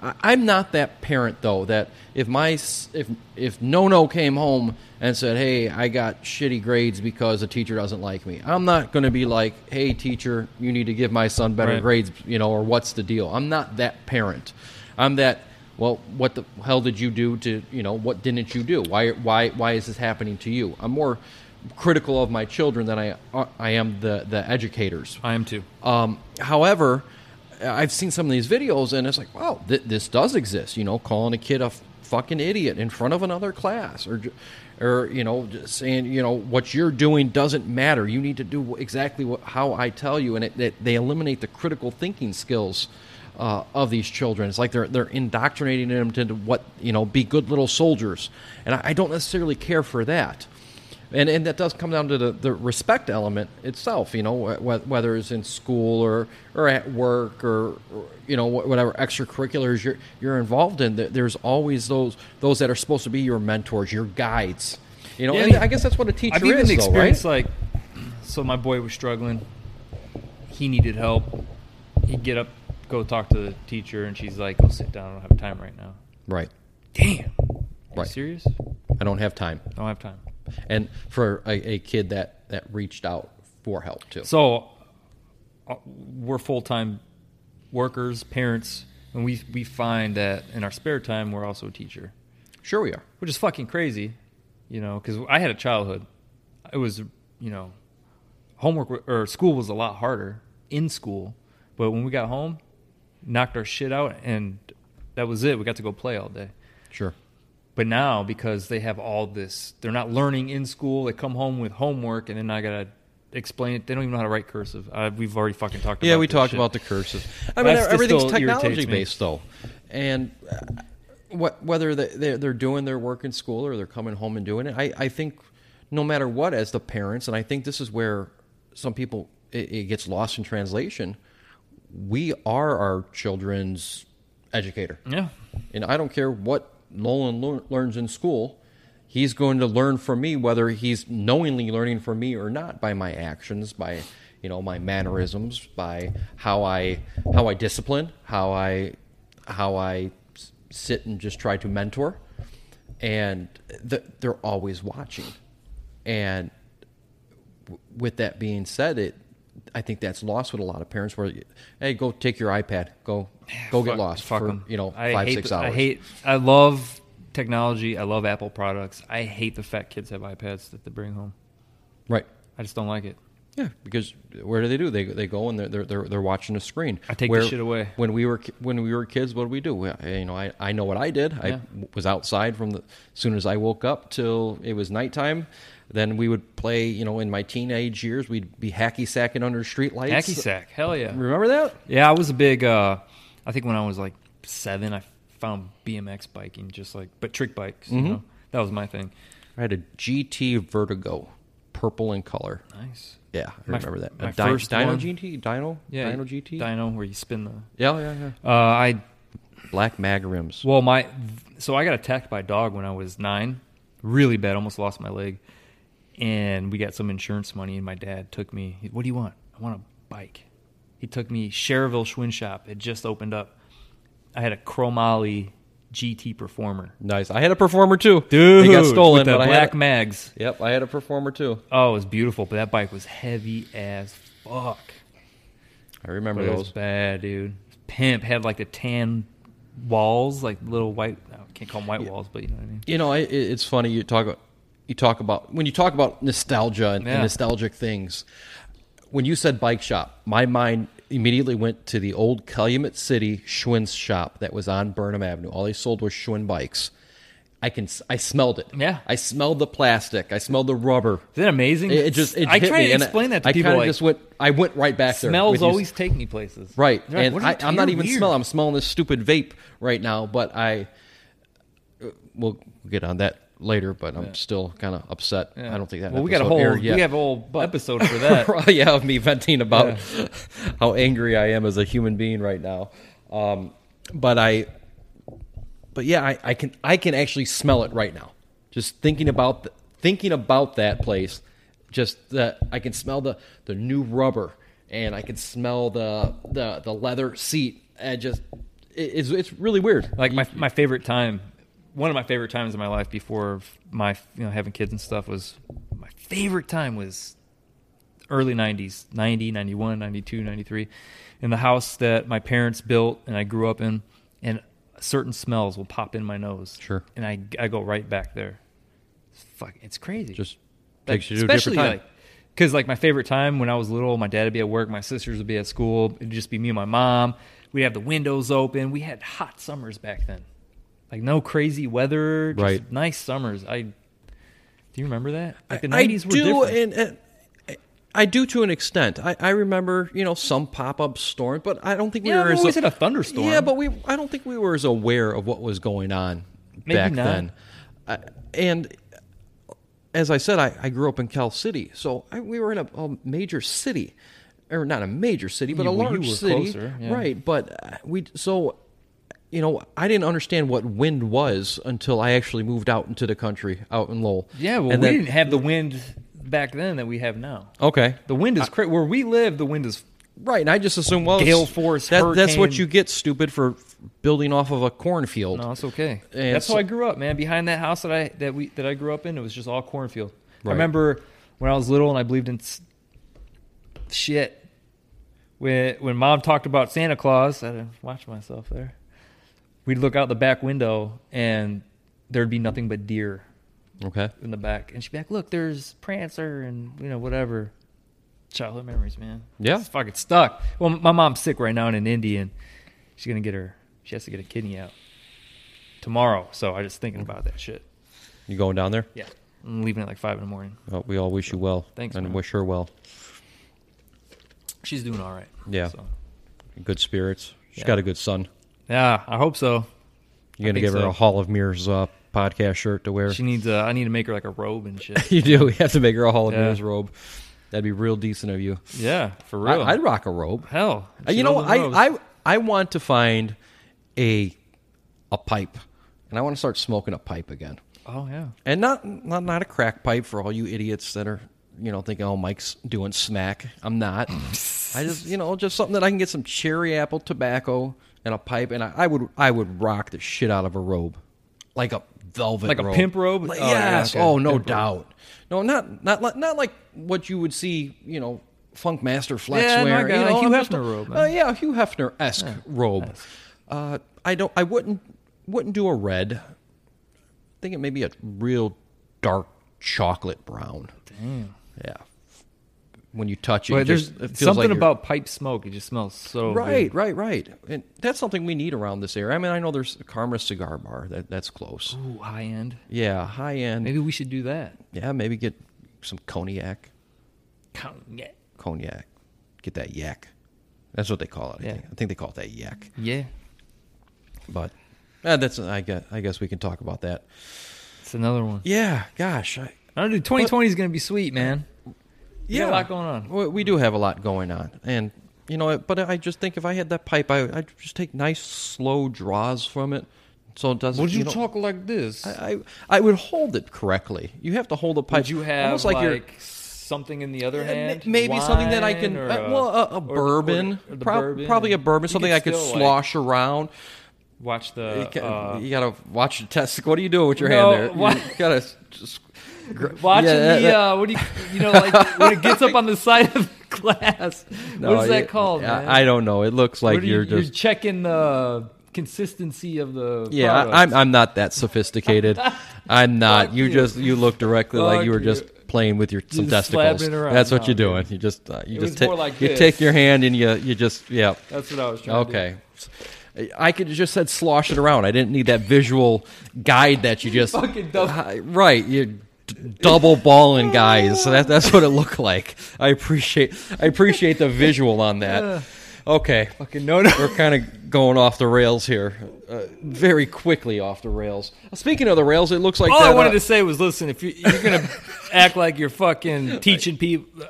I- I'm not that parent though. That if my s- if if no no came home and said, "Hey, I got shitty grades because a teacher doesn't like me," I'm not going to be like, "Hey, teacher, you need to give my son better Right. grades," you know, or "What's the deal?" I'm not that parent. I'm that. Well, what the hell did you do to you know? What didn't you do? Why why why is this happening to you? I'm more critical of my children than I uh, I am the the educators. I am too. Um, however, I've seen some of these videos, and it's like, wow, th- this does exist. You know, calling a kid a f- fucking idiot in front of another class, or, ju- or you know, just saying, you know, what you're doing doesn't matter. You need to do wh- exactly what, how I tell you, and it, it, they eliminate the critical thinking skills. Uh, of these children, it's like they're they're indoctrinating them to what you know be good little soldiers, and I, I don't necessarily care for that and and that does come down to the, the respect element itself you know wh- whether it's in school or or at work or, or you know wh- whatever extracurriculars you're you're involved in there- there's always those those that are supposed to be your mentors your guides you know Yeah, I and I, mean, guess that's what a teacher I've even is though, right experienced like, so my boy was struggling. He needed help. He'd get up, go talk to the teacher, and she's like, "Go sit down. I don't have time right now." right Damn. Are you Right. serious? I i don't have time don't have time. and for a, a kid that that reached out for help too So uh, we're full time workers, parents, and we we find that in our spare time we're also a teacher. sure we are which is fucking crazy, you know, because I had a childhood. It was, you know, homework wa- or school was a lot harder in school, but when we got home, knocked our shit out, and that was it. We got to go play all day. sure But now, because they have all this, they're not learning in school. They come home with homework, and then I gotta explain it. They don't even know how to write cursive. Uh, we've already fucking talked. Yeah, about we this talked shit. about the cursive. I That's- mean, that still everything's irritates me. technology based though, and uh, what, whether they- they're, they're doing their work in school or they're coming home and doing it, I, I think no matter what, as the parents, and I think this is where some people it, it gets lost in translation. We are our children's educator. Yeah, And I don't care what Nolan lear- learns in school, he's going to learn from me whether he's knowingly learning from me or not by my actions, by you know my mannerisms, by how I how I discipline, how I how I s- sit and just try to mentor. And th- they're always watching. And with that being said, it I think that's lost with a lot of parents. Where, hey, go take your iPad, go go get Fuck- lost fuck for 'em. you know I five hate six the- hours. I hate. I love technology. I love Apple products. I hate the fact kids have iPads that they bring home. right. I just don't like it. Yeah, because where do they do? They they go and they're they're they're, they're watching a screen. I take where, this shit away. When we were ki- when we were kids, what did we do? We- I- You know, I, I know what I did. I Yeah. was outside from the as soon as I woke up till it was nighttime. Then we would play. You know, in my teenage years, we'd be hacky sacking under streetlights. Hacky sack. Hell yeah. Remember that? Yeah, I was a big. Uh, I think when I was like seven, I found BMX biking, just like but trick bikes. Mm-hmm. You know, that was my thing. I had a GT Vertigo, purple in color. Nice. Yeah, I My- remember that. my Dy- first Dino one- GT, Dino, Yeah, Dino GT. Dino, where you spin the. Yeah, yeah, yeah. Uh, I Black mag rims. well my so I got attacked by a dog when I was nine, really bad, almost lost my leg, and we got some insurance money, and my dad took me. he- What do you want? I want a bike. He took me Cherville Schwinn Shop. It just opened up. I had a Chromoly GT Performer. Nice. I had a performer too, Dude, They got stolen, with the but I had black a- mags. Yep, I had a performer too. Oh, it was beautiful, but that bike was heavy as fuck. I But remember it was those. bad, dude. Pimp had like the tan walls, like little white. I can't call them white walls, but you know what I mean. You know, I, it, it's funny you talk about you talk about when you talk about nostalgia and, and Yeah. nostalgic things. When you said bike shop, my mind immediately went to the old Calumet City Schwinn's shop that was on Burnham Avenue. All they sold was Schwinn bikes. I can s- I smelled it. Yeah. I smelled the plastic. I smelled the rubber. Isn't that amazing? It, it just it I hit try me, to and I- explain that to I people. kinda Like, just went. I went right back there. with smells you. always take me places, Right. They're like, and "What are I, you- I'm not you're even weird." smelling. I'm smelling this stupid vape right now, but I. uh, We'll get on that later, but I'm still kind of upset. I don't think that. Well, we got a episode whole aired yet. we have a whole episode for that. yeah, of me venting about how angry I am as a human being right now. Um, but I, but yeah, I, I can I can actually smell it right now. Just thinking about th- thinking about that place, just that I can smell the the new rubber and I can smell the the the leather seat and just it, it's it's really weird. like my my favorite time, one of my favorite times in my life before my you know having kids and stuff was my favorite time was early 90s 90 91 92 93 in the house that my parents built and i grew up in and certain smells will pop in my nose Sure. and i, I go right back there it's fuck it's crazy Just like, takes you to a different time. because like my favorite time when I was little, my dad would be at work, my sisters would be at school. It'd just be me and my mom. We'd have the windows open. We had hot summers back then, like no crazy weather, just Right. Nice summers. I do you remember that? Like the I- nineties I were do, different. And, and I- I do to an extent. I, I remember, you know, some pop up storm, but I don't think we Yeah, were we as always had a thunderstorm. Yeah, but we I don't think we were as aware of what was going on Maybe back not. then. I, and as I said, I, I grew up in Cal City, so I, we were in a, a major city, or not a major city, but You- a well, you large were city, closer, yeah. right? But uh, we so. You know, I didn't understand what wind was until I actually moved out into the country, out in Lowell. yeah, well, And we then- didn't have the wind back then that we have now. Okay. The wind is cra- where we live. The wind is Right, and I just assume well, Gale it's- force, That, that's what hurricane. you get, stupid, for building off of a cornfield. No, it's okay. And That's so- how I grew up, man. Behind that house that I that we that I grew up in, it was just all cornfield. Right. I remember when I was little and I believed in s- shit. When when mom talked about Santa Claus, I didn't watch myself there. We'd look out the back window and there'd be nothing but deer Okay, in the back, and she'd be like, "Look, there's Prancer and you know whatever." Childhood memories, man. Yeah. it's fucking stuck. Well, my mom's sick right now in an Indian. She's gonna get her. She has to get a kidney out tomorrow. So I just thinking about that shit. you going down there? Yeah, I'm leaving at like five in the morning. Well, we all wish you well. Thanks, And man. wish her well. She's doing all right. Yeah. So. Good spirits. She's Yeah. got a good son. Yeah, I hope so. You're gonna think give her so. a Hall of Mirrors uh, podcast shirt to wear. She needs. Uh, I need to make her like a robe and shit. you do. You have to make her a Hall of Yeah. Mirrors robe. That'd be real decent of you. yeah, for real. I, would rock a robe. Hell, Uh, you know, I, I I want to find a a pipe, and I want to start smoking a pipe again, Oh yeah. and not not not a crack pipe for all you idiots that are you know thinking oh Mike's doing smack. I'm not. I just you know just something that I can get some cherry apple tobacco and a pipe, and I, I would I would rock the shit out of a robe, like a velvet, Like a pimp robe? Like- Oh, yeah, yes. okay. Oh no Pimp robe. doubt. No, not not li- not like what you would see. You know. Funk Master Flex Yeah, no, I wear, got you a know, Hugh I'm just Hefner robe, man. uh, yeah, a Hugh Hefner esque robe. Uh, I don't. I wouldn't. Wouldn't do a red. I think it may be a real dark chocolate brown. Damn. Yeah. When you touch it, it But there's just, it feels something like you're- about pipe smoke. It just smells so Right, right, right. And that's something we need around this area. I mean, I know there's a Karma cigar bar that that's close. Good. Ooh, high end. Yeah, high end. Maybe we should do that. Yeah, maybe get some cognac. Yeah. Cognac. Get that yak. That's what they call it. I, Yeah. think. I think they call it that yak. Yeah. But uh, that's I guess I guess we can talk about that. It's another one. Yeah, gosh, I, I don't know, dude. 2020 is gonna be sweet, man. We yeah, got a lot going on. We, we do have a lot going on, and you know, but I just think if I had that pipe, I I'd just take nice slow draws from it, so it doesn't. Would you, know, talk like this? I, I I would hold it correctly. You have to hold the pipe. Would you have almost like, like, you're- something in the other uh, ma- hand? maybe something that I Wine can or uh, well a, a or- or- bourbon, or the prob- bourbon. probably You a bourbon, something can I could still, like, slosh around. watch the. you, ca- uh, you gotta watch the test. What are you doing with your No, hand there? You what- gotta s- just watching Yeah, that- the that- uh, what do you you know like when it gets up on the side of the glass? No, what is that you- called, I, man? I don't know. It looks like What do you- you're just you're checking the consistency of the. Yeah, product. I, I'm I'm not that sophisticated. I'm not. Fuck You, you. just you look directly like Fuck you were you. just playing with your some just slapping testicles. it around. That's what No, you're doing. You just uh, you It just was ta- more like you this. take your hand and you you just yeah. That's what I was trying. to do. Okay. I could have just said slosh it around. I didn't need that visual guide that you just Fucking double- Uh, right. You d- double balling guys. So that that's what it looked like. I appreciate I appreciate the visual on that. Okay. Fucking no, no. We're kind of going off the rails here, uh, very quickly off the rails. Speaking of the rails, it looks like All that, Oh, I wanted uh, to say was, listen, if you're, you're gonna act like you're fucking teaching people,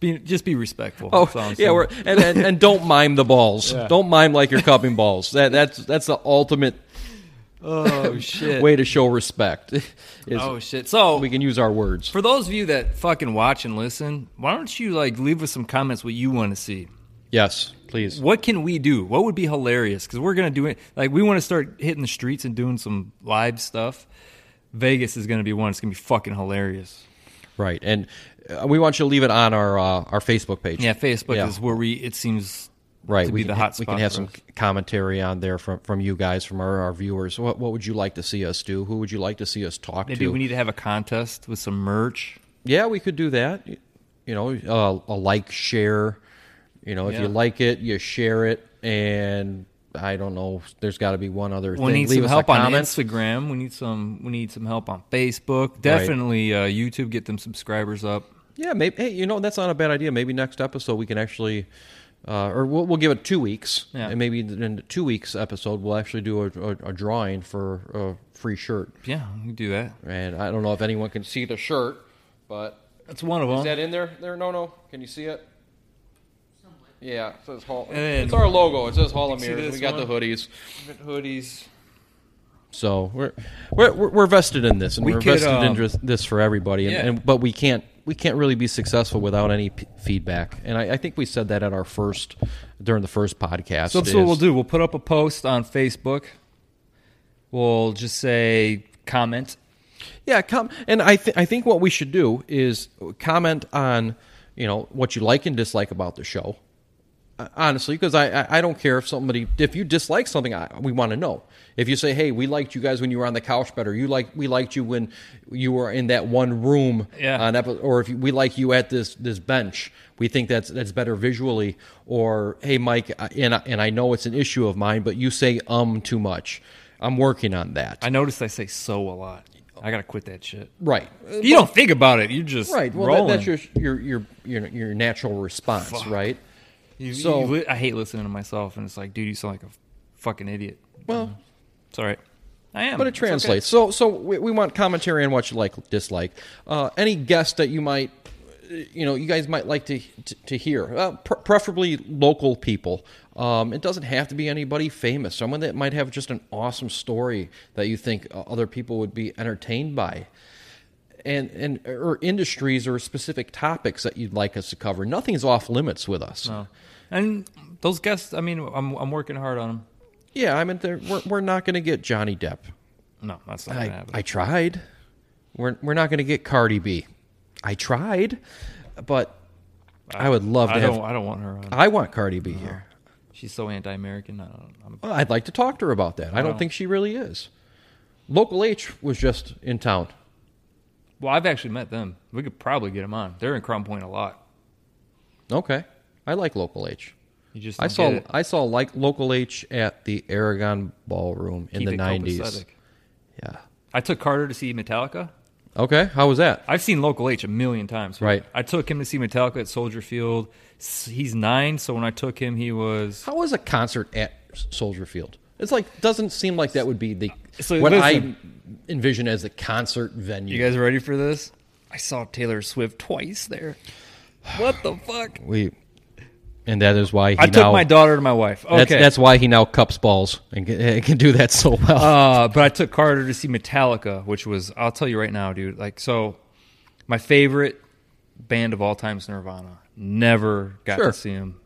be, just be respectful. Oh That's all I'm yeah, saying. we're, and, and and don't mime the balls. Yeah. Don't mime like you're cupping balls. That that's that's the ultimate oh shit. way to show respect. Is Oh shit. So we can use our words. for those of you that fucking watch and listen, why don't you like leave us some comments what you want to see? Yes, please. What can we do? What would be hilarious? Because we're gonna do it. Like we want to start hitting the streets and doing some live stuff. Vegas is gonna be one. It's gonna be fucking hilarious. Right, and uh, we want you to leave it on our uh, our Facebook page. Yeah, Facebook Yeah. is where we. It seems right. to we be can the ha- hot We can spot have for some us. c- commentary on there from from you guys, from our, our viewers. What what would you like to see us do? Who would you like to see us talk Maybe to? we need to have a contest with some merch. yeah, we could do that. You know, uh, a like, share. You know, if Yeah. you like it, you share it, and I don't know. There's got to be one other We thing. need Leave some us help a on comment. Instagram. We need some. We need some help on Facebook. Definitely uh, YouTube. Get them subscribers up. Yeah, maybe. Hey, you know that's not a bad idea. Maybe next episode we can actually, uh, or we'll, we'll give it two weeks, Yeah. and maybe in the two weeks episode we'll actually do a, a, a drawing for a free shirt. Yeah, we can do that. And I don't know if anyone can see the shirt, but That's one of is them. that in there? There, no, no. Can you see it? Yeah, it says Hall. then- it's our logo. It says Hall of You see Mirrors. this We got the one? hoodies, hoodies. so we're we're, we're, we're vested in this, and We we are could, vested in um, this- this for everybody. And, Yeah. and but we can't we can't really be successful without any p- feedback. And I, I think we said that at our first during the first podcast. So that's what is- we'll do. We'll put up a post on Facebook. We'll just say comment. Yeah, come and I th- I think what we should do is comment on you know what you like and dislike about the show. Uh, Honestly, because I, I I don't care if somebody if you dislike something, I, we want to know. If you say, hey, we liked you guys when you were on the couch better. You like we liked you when you were in that one room. Yeah. On epi- or if you, we like you at this this bench, we think that's that's better visually. Or hey, Mike, I- and I, and I know it's an issue of mine, but you say um too much. I'm working on that. I noticed I say so a lot. I gotta quit that shit. Right. You don't think about it. You just Right. Well, rolling. that, that's your, your your your your natural response, right? You- so- you li- I hate listening to myself, and it's like, dude, you sound like a fucking idiot. Well, It's all right. I am. but it It's okay. translates. So so we, we want commentary on what you like, dislike. Uh, any guest that you might, uh, you know, you guys might like to to, to hear, uh, pre- preferably local people. Um, it doesn't have to be anybody famous. Someone that might have just an awesome story that you think uh, other people would be entertained by. And, and or industries or specific topics that you'd like us to cover. Nothing's off limits with us. No. And those guests, I mean, I'm I'm working hard on them. Yeah, I mean, they're- we're, we're not going to get Johnny Depp. No, that's not gonna I, happen. I tried. We're, we're not going to get Cardi B. I tried, but I, would love to I have. don't. I don't want Uh-huh. her on. I want Cardi B here. She's so anti-American. I don't, I'm, Well, I'd like to talk to her about that. I don't think she really is. Local H was just in town. well, I've actually met them. We could probably get them on. They're in Crown Point a lot. Okay, I like Local H. You just I don't saw get it. I saw like Local H at the Aragon Ballroom in Keep the it nineties. copacetic. Yeah. I took Carter to see Metallica. Okay, how was that? I've seen Local H a million times. Right. I took him to see Metallica at Soldier Field. S- He's nine, so when I took him, he was. How was a concert at Soldier Field? It's like doesn't seem like that would be the So what I listen. envision as a concert venue. You guys ready for this? I saw Taylor Swift twice there. What the fuck? we, and that is why he I now. took my daughter to my wife. Okay. that's, that's why he now cups balls and can, can do that so well. Uh, but I took Carter to see Metallica, which was I'll tell you right now, dude. Like so, my favorite band of all time is Nirvana. Never got Sure. to see him,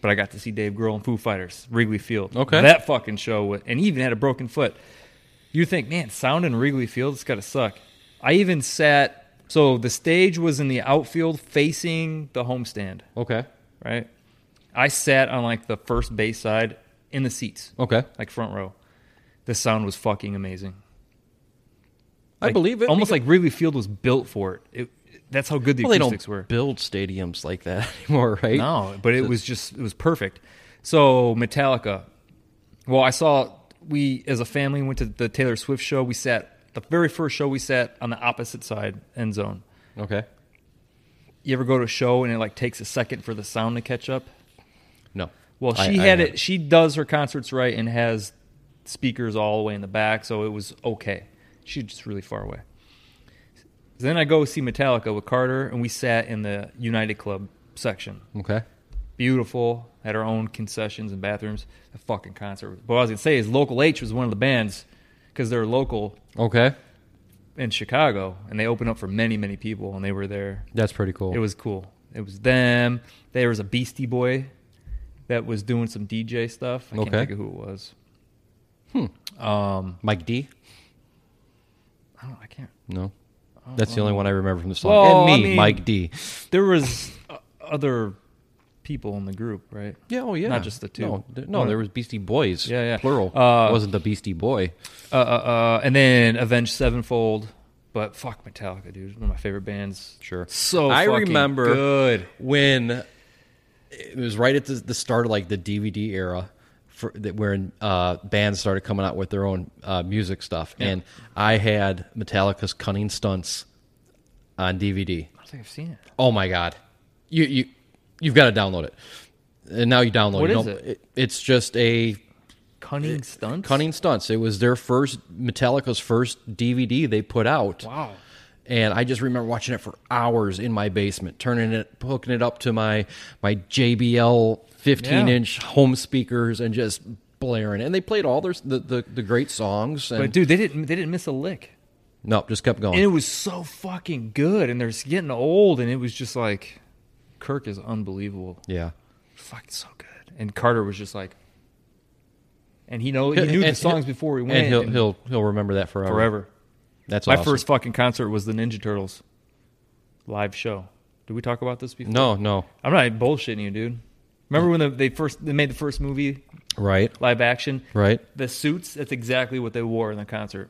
but I got to see Dave Grohl and Foo Fighters, Wrigley Field. Okay. that fucking show, wa- and he even had a broken foot. You think, man, sound in Wrigley Field, it's gotta suck. I even sat. So the stage was in the outfield facing the homestand, okay. right? I sat on like the first base side in the seats Okay. like front row. The sound was fucking amazing. I believe it. Almost because- like Wrigley Field was built for it. it that's how good the well, they acoustics don't were. build stadiums like that anymore, right? No, but it was just it was perfect. So Metallica. Well, I saw we as a family went to the Taylor Swift show. We sat the very first show we sat on the opposite side end zone. Okay. You ever go to a show and it like takes a second for the sound to catch up? No. Well, I- she I had have- it. She does her concerts right and has speakers all the way in the back, so it was okay. She's just really far away. Then I go see Metallica with Carter, and we sat in the United Club section. Okay. Beautiful, had our own concessions and bathrooms. A fucking concert. But what I was gonna say is Local H was one of the bands because they're local Okay. in Chicago, and they opened up for many, many people, and they were there. That's pretty cool. It was cool. It was them. There was a Beastie Boy that was doing some DJ stuff. I Okay. can't think of who it was. Mike D. I don't. I can't. No. That's the only one I remember from the song. Oh. Well, and me, I mean- Mike D. There was uh, other people in the group, right? Yeah, oh yeah. Not just the two. No, th- no One- there was Beastie Boys. Yeah, yeah. Plural. Uh, it wasn't the Beastie Boy. Uh, uh, uh, and then Avenged Sevenfold. But fuck Metallica, dude. One of my favorite bands. Sure. So I fucking remember good. when it was right at the, the start of like the DVD era, for, that where uh, bands started coming out with their own uh, music stuff, and I had Metallica's "Cunning Stunts" on DVD. I don't think I've seen it. Oh my god, you you you've got to download it, and now you download What it. is No, it? It's just a Cunning stunts. Cunning Stunts. It was their first Metallica's first DVD they put out. Wow. And I just remember watching it for hours in my basement, turning it, hooking it up to my my JBL 15 Yeah. inch home speakers, and just blaring. it. And they played all their the, the, the great songs. And But dude, they didn't. They didn't miss a lick. no, just kept going. and it was so fucking good. And they're just getting old, and it was just like, Kirk is unbelievable, yeah, fucking so good. And Carter was just like, and he know he And- knew the and- songs before we went. and he'll and he'll he'll remember that forever. forever. That's My awesome. first fucking concert was the Ninja Turtles live show. Did we talk about this before? No, no, I'm not bullshitting you, dude. Remember when the, they first they made the first movie right, live action? right. The suits. That's exactly what they wore in the concert.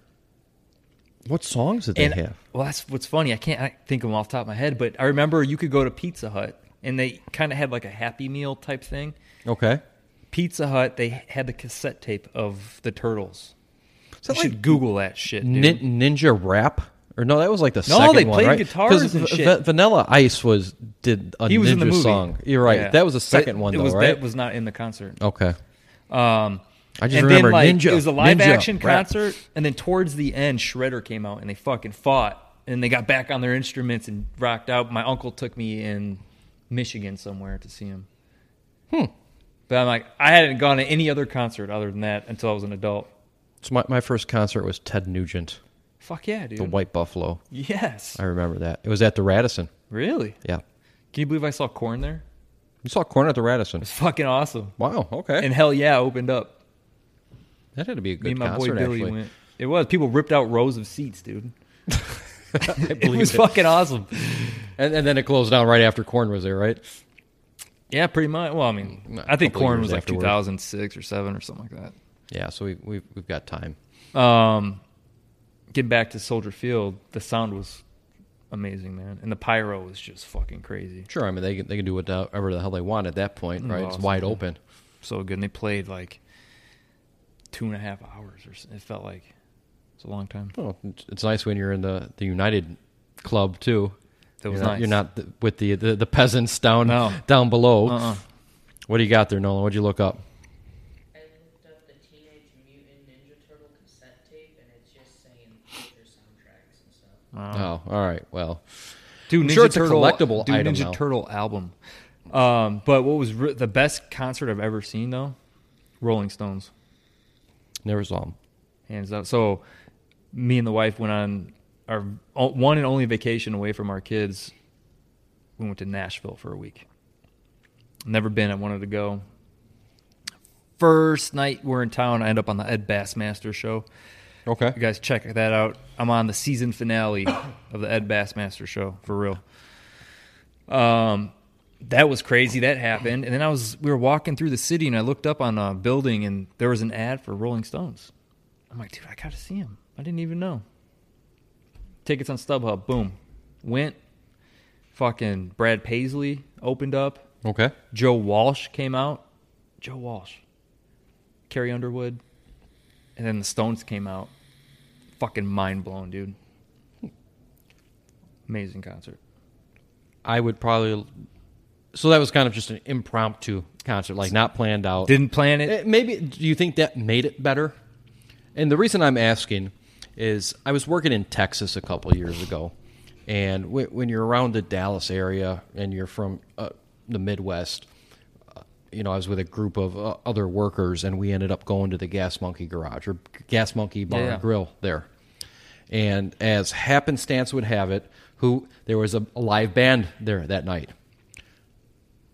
What songs did they And have? well, that's what's funny. I can't I think of them off the top of my head, but I remember you could go to Pizza Hut and they kind of had like a Happy Meal type thing. Okay, Pizza Hut, they had the cassette tape of the Turtles, that you should like Google that shit, dude. Nin, Ninja Rap? Or no, that was like the No, second they one, played right? guitars 'Cause and Va- shit. Va- Vanilla Ice was did a he was ninja in the movie. song. You're right. Yeah. That was the But second one, it though, was, right? That was not in the concert. okay. Um, I just and remember then, like, Ninja, It was a live Ninja, action rap. concert, and then towards the end, Shredder came out and they fucking fought, and they got back on their instruments and rocked out. My uncle took me in Michigan somewhere to see him. Hmm. But I'm like, I hadn't gone to any other concert other than that until I was an adult. So my, my first concert was Ted Nugent, Fuck yeah, dude. the White Buffalo. Yes. I remember that. It was at the Radisson. Really? Yeah. Can you believe I saw Corn there? You saw Corn at the Radisson. It's fucking awesome. Wow. Okay. And hell yeah, opened up. that had to be a good me and my concert, boy Billy actually. went. It was people ripped out rows of seats, dude. I It believe was fucking awesome. And, and then it closed down right after Corn was there, right? Yeah, pretty much. Well, I mean, No, I think couple Corn years was like afterward. 2006 or seven or something like Yeah. So we we've, we've got time. that. Um, getting back to Soldier Field, the sound was amazing, man, and the pyro was just fucking crazy. Sure. I mean, they can, they can do whatever the hell they want at that point, right? It's Mm, Awesome. wide open. So good, and they played like two and a half hours, or so. it felt like it's a long time. Well, it's- it's nice when you're in the, the United Club too. That was you're not, nice. You're not th- with the, the the peasants down No. down below. Uh-uh. What do you got there, Nolan? What'd you look up? I looked up the Teenage Mutant Ninja Turtle cassette tape, and it's just saying future soundtracks and stuff. Wow. Oh, all right. Well, Dude, I'm Ninja sure it's a Turtle, collectible dude, item Ninja now. Turtle album. Um, but what was re- the best concert I've ever seen though? Rolling Stones. never saw him. hands up. So, me and the wife went on our o- one and only vacation away from our kids. We went to Nashville for a week. Never been. I wanted to go. First night we're in town, I end up on the Ed Bassmaster show. Okay. You guys check that out. I'm on the season finale of the Ed Bassmaster show for real. Um, that was crazy. That happened, and then I was we were walking through the city, and I looked up on a building, and there was an ad for Rolling Stones. I'm like, dude, I gotta see him. I didn't even know. Tickets on StubHub. Boom, went. Fucking Brad Paisley opened up. Okay. Joe Walsh came out. Joe Walsh, Carrie Underwood, and then the Stones came out. Fucking mind blown, dude. Amazing concert. I would probably. So that was kind of just an impromptu concert, like not planned out. Didn't plan it. Eh, Maybe do you think that made it better? And the reason I'm asking is I was working in Texas a couple years ago, and wh- when you're around the Dallas area and you're from uh, the Midwest, uh, you know I was with a group of uh, other workers, and we ended up going to the Gas Monkey Garage or Gas Monkey Bar Yeah. and Grill there. And as happenstance would have it, who there was a, a live band there that night,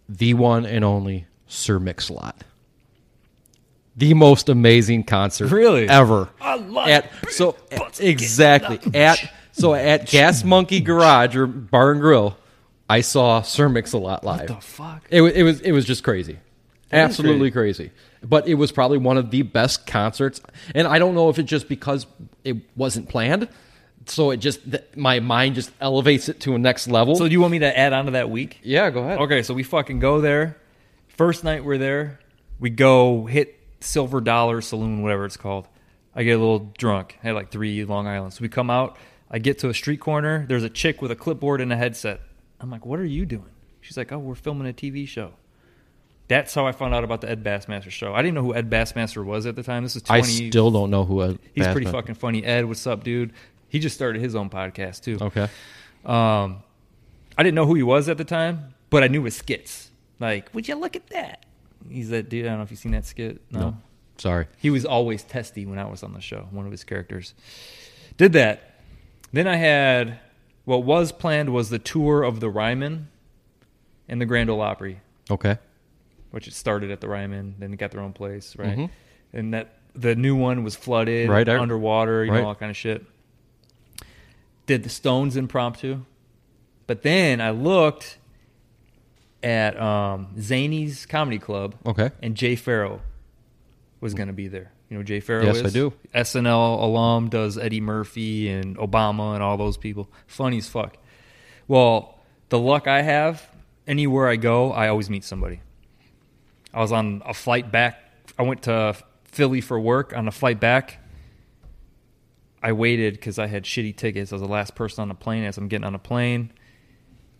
the one and only Sir Mix-a-Lot the most amazing concert Really? ever. I like at, so exactly at so at Gas Monkey Garage or Bar and Grill, I saw Sir Mix a Lot live. the fuck? It was it was it was just crazy, That is absolutely crazy. But it was probably one of the best concerts, and I don't know if it's just because it wasn't planned, so it just th- my mind just elevates it to a next level. So do you want me to add on to that week? yeah, go ahead. Okay, so we fucking go there. First night we're there, we go hit Silver Dollar Saloon, whatever it's called. I get a little drunk. I had like three Long Islands. We come out. I get to a street corner. There's a chick with a clipboard and a headset. I'm like, "What are you doing?" She's like, "Oh, we're filming a TV show." That's how I found out about the Ed Bassmaster show. I didn't know who Ed Bassmaster was at the time. This is 20. I still don't know who. A he's bad pretty man- fucking funny. Ed, what's up, dude? He just started his own podcast too. Okay. Um, I didn't know who he was at the time, but I knew his skits. Like, would you look at that? He's that dude. I don't know if you've seen that skit. No. No. Sorry. He was always testy when I was on the show, one of his characters. Did that. Then I had what was planned was the tour of the Ryman and the Grand Ole Opry Okay. which it started at the Ryman, then it got their own place, right? Mhm. And that the new one was flooded, Right, I- underwater, you right. know, all kind of shit. Did the Stones impromptu, but then I looked at um, Zany's Comedy Club, Okay. and Jay Farrow was going to be there. You know, who Jay Farrow. Yes, is? I do. SNL alum does Eddie Murphy and Obama and all those people. Funny as fuck. Well, the luck I have, anywhere I go, I always meet somebody. I was on a flight back. I went to Philly for work. On a flight back, I waited because I had shitty tickets. I was the last person on the plane. As I'm getting on a plane,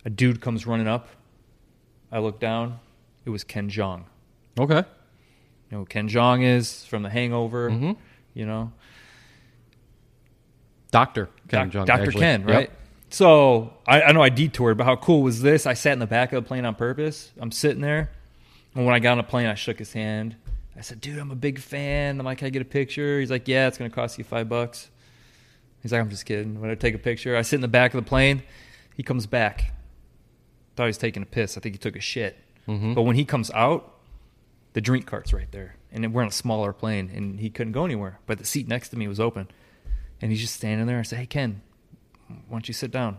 a dude comes running up. I look down. It was Ken Jong. Okay. You know who Ken Jong is from The Hangover. Mhm. You know, Doctor Ken Doc- Jong, Dr. actually. Ken, Yep. right? So I, I know I detoured, but how cool was this? I sat in the back of the plane on purpose. I'm sitting there, and when I got on the plane, I shook his hand. I said, "Dude, I'm a big fan." I'm like, "Can I get a picture?" He's like, "Yeah, it's gonna cost you five bucks." He's like, "I'm just kidding." When I take a picture, I sit in the back of the plane. He comes back. Thought he was taking a piss. I think he took a shit. Mhm. But when he comes out, the drink cart's right there. And then we're on a smaller plane and he couldn't go anywhere. But the seat next to me was open. And he's just standing there. I said, Hey, Ken, why don't you sit down?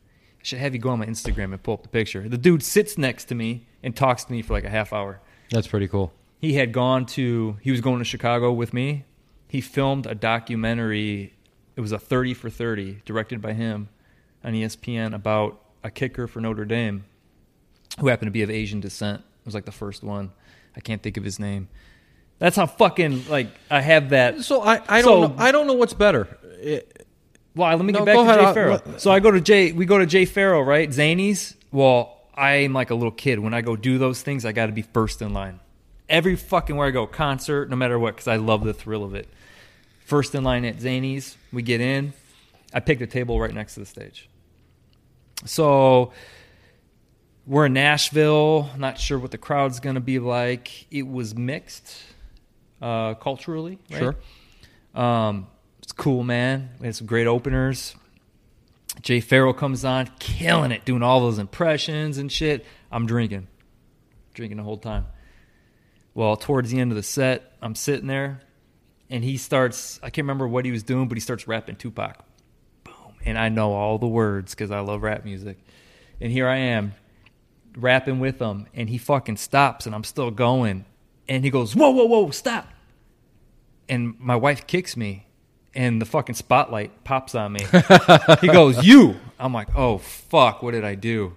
I should have you go on my Instagram and pull up the picture. The dude sits next to me and talks to me for like a half hour. That's pretty cool. He had gone to, he was going to Chicago with me. He filmed a documentary. It was a 30 for 30, directed by him on E ESPN about a kicker for Notre Dame who happened to be of Asian descent. It was like the first one. I can't think of his name. That's how fucking like I have that. So I, I So- don't know, I don't know what's better. It- Well, let me No, get back go to ahead. Jay I'll- Farrow. let- So I go to Jay. We go to Jay Farrow, right? Zanies. Well, I'm like a little kid. When I go do those things, I got to be first in line. Every fucking where I go, concert, no matter what, because I love the thrill of it. First in line at Zanies. We get in. I picked a table right next to the stage. So we're in Nashville. Not sure what the crowd's going to be like. It was mixed uh, culturally. Right? Sure. Um, it's cool, man. We had some great openers. Jay Farrell comes on, killing it, doing all those impressions and shit. I'm drinking, drinking the whole time. Well, towards the end of the set, I'm sitting there, and he starts. I can't remember what he was doing, but he starts rapping Tupac. Boom, and I know all the words because I love rap music. And here I am, rapping with him, and he fucking stops, and I'm still going. And he goes, "Whoa, whoa, whoa, stop!" And my wife kicks me, and the fucking spotlight pops on me. he goes, "You." I'm like, "Oh fuck, what did I do?"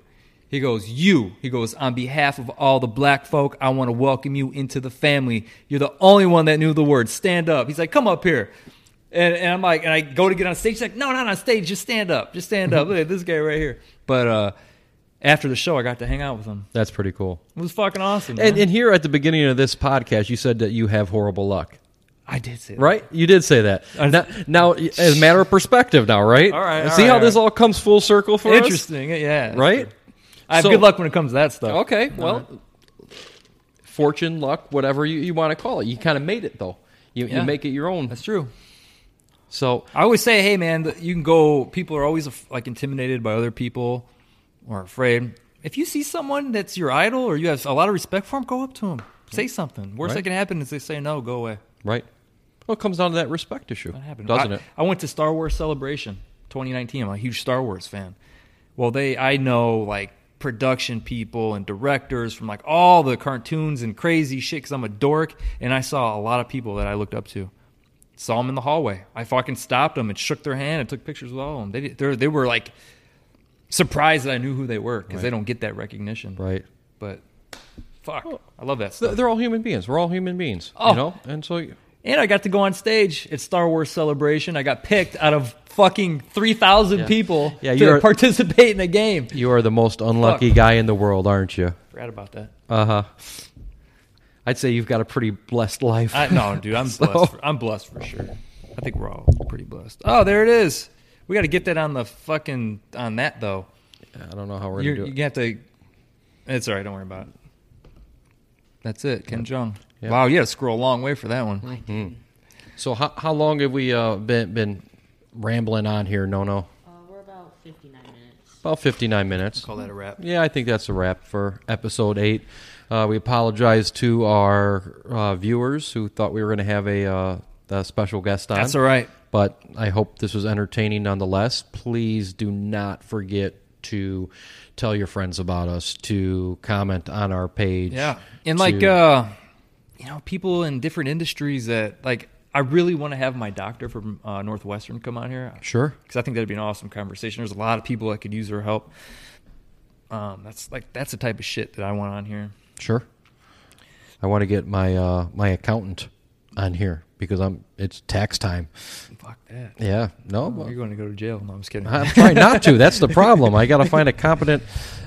He goes, "You." He goes, "On behalf of all the black folk, I want to welcome you into the family. You're the only one that knew the word. Stand up." He's like, "Come up here." And, and I'm like, and I go to get on stage. He's like, no, not on stage. Just stand up. Just stand Mm-hmm. up. Look at this guy right here. But uh, after the show, I got to hang out with him. That's pretty cool. It was fucking awesome. And, man. and here at the beginning of this podcast, you said that you have horrible luck, I did say that. right? You did say that. Now, now as a matter of perspective, now, right? All right, all See right, how all this right. all comes full circle for us, Interesting. Yeah. that's right? true. I have So- good luck when it comes to that stuff. Okay, well, fortune, luck, whatever you, you want to call it, you kind of made it though. You, Yeah. you make it your own. That's true. So I always say, hey, man, th- you can go. People are always af- like intimidated by other people or afraid. If you see someone that's your idol or you have a lot of respect for them, go up to them. Say something. Worst Right. that can happen is they say no, go away. right, well, it comes down to that respect issue, That happened, doesn't I, it? I went to Star Wars Celebration 2019. I'm a huge Star Wars fan. Well, they I know like production people and directors from like all the cartoons and crazy shit because I'm a dork, and I saw a lot of people that I looked up to. Saw them in the hallway. I fucking stopped them and shook their hand and took pictures with all of them. They did- they're- they were like surprised that I knew who they were because they Right. don't get that recognition. Right. But fuck, I love that Th- stuff. They're all human beings. We're all human beings, Oh. you know. And so, you- And I got to go on stage at Star Wars Celebration. I got picked out of fucking 3,000 Yeah. people Yeah, to you're- participate in a game. you are the most unlucky Fuck. guy in the world, aren't you? Forgot about that. Uh huh. I'd say you've got a pretty blessed life. I, no, dude, I'm So- blessed. For, I'm blessed for sure. I think we're all pretty blessed. Oh, there it is. We got to get that on the fucking on that though. I don't know how we're You're, gonna do you it. have to. It's all right. Don't worry about it. That's it, Kim Jong. Yeah. Wow, you had to scroll a long way for that one. So, how, how long have we uh, been been rambling on here? No, no, Uh, we're about 59 minutes. about fifty nine minutes. Call that a wrap. Yeah, I think that's a wrap for episode eight. Uh, we apologize to our uh, viewers who thought we were going to have a, uh, a special guest on. That's all right. But I hope this was entertaining nonetheless. Please do not forget to tell your friends about us, to comment on our page. Yeah. And to- like uh you know, people in different industries that like I really want to have my doctor from uh, Northwestern come on here sure. because I think that'd be an awesome conversation. There's a lot of people that could use her help. Um, that's like that's the type of shit that I want on here. Sure. I want to get my uh, my accountant on here because I'm it's tax time. Fuck that. Yeah, no, Oh, you're going to go to jail. No, I'm just kidding. I'm trying not to. That's the problem. I got to find a competent.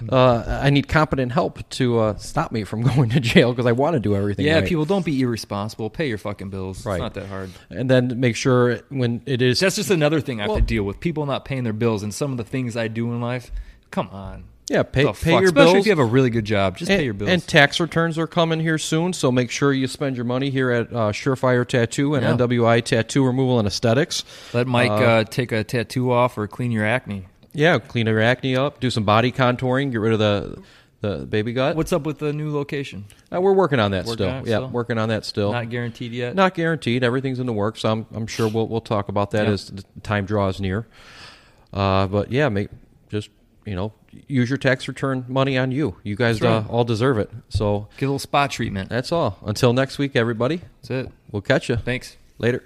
Uh, I need competent help to uh, stop me from going to jail because I want to do everything. yeah, right. people don't be irresponsible. Pay your fucking bills. Right. It's not that hard. And then make sure when it is. That's just another thing I have Well- to deal with. People not paying their bills and some of the things I do in life. Come on. yeah, pay, The pay fuck? your Especially bills. if you have a really good job. Just and, pay your bills. and tax returns are coming here soon, so make sure you spend your money here at uh, Surefire Tattoo and Yeah. NWI Tattoo Removal and Aesthetics. Let Mike uh, take a tattoo off or clean your acne. Yeah, clean your acne up, do some body contouring, get rid of the the baby gut. What's up with the new location? Uh, we're working on that Working still. on it yeah, still? working on that still. Not guaranteed yet. Not guaranteed. Everything's in the works. I'm I'm sure we'll we'll talk about that Yeah. as the time draws near. Uh, but yeah, make just you know use your tax return money on you. You guys That's uh, right. all deserve it. So Get a little spa treatment. that's all. Until next week, everybody. That's it. We'll catch you Thanks. later.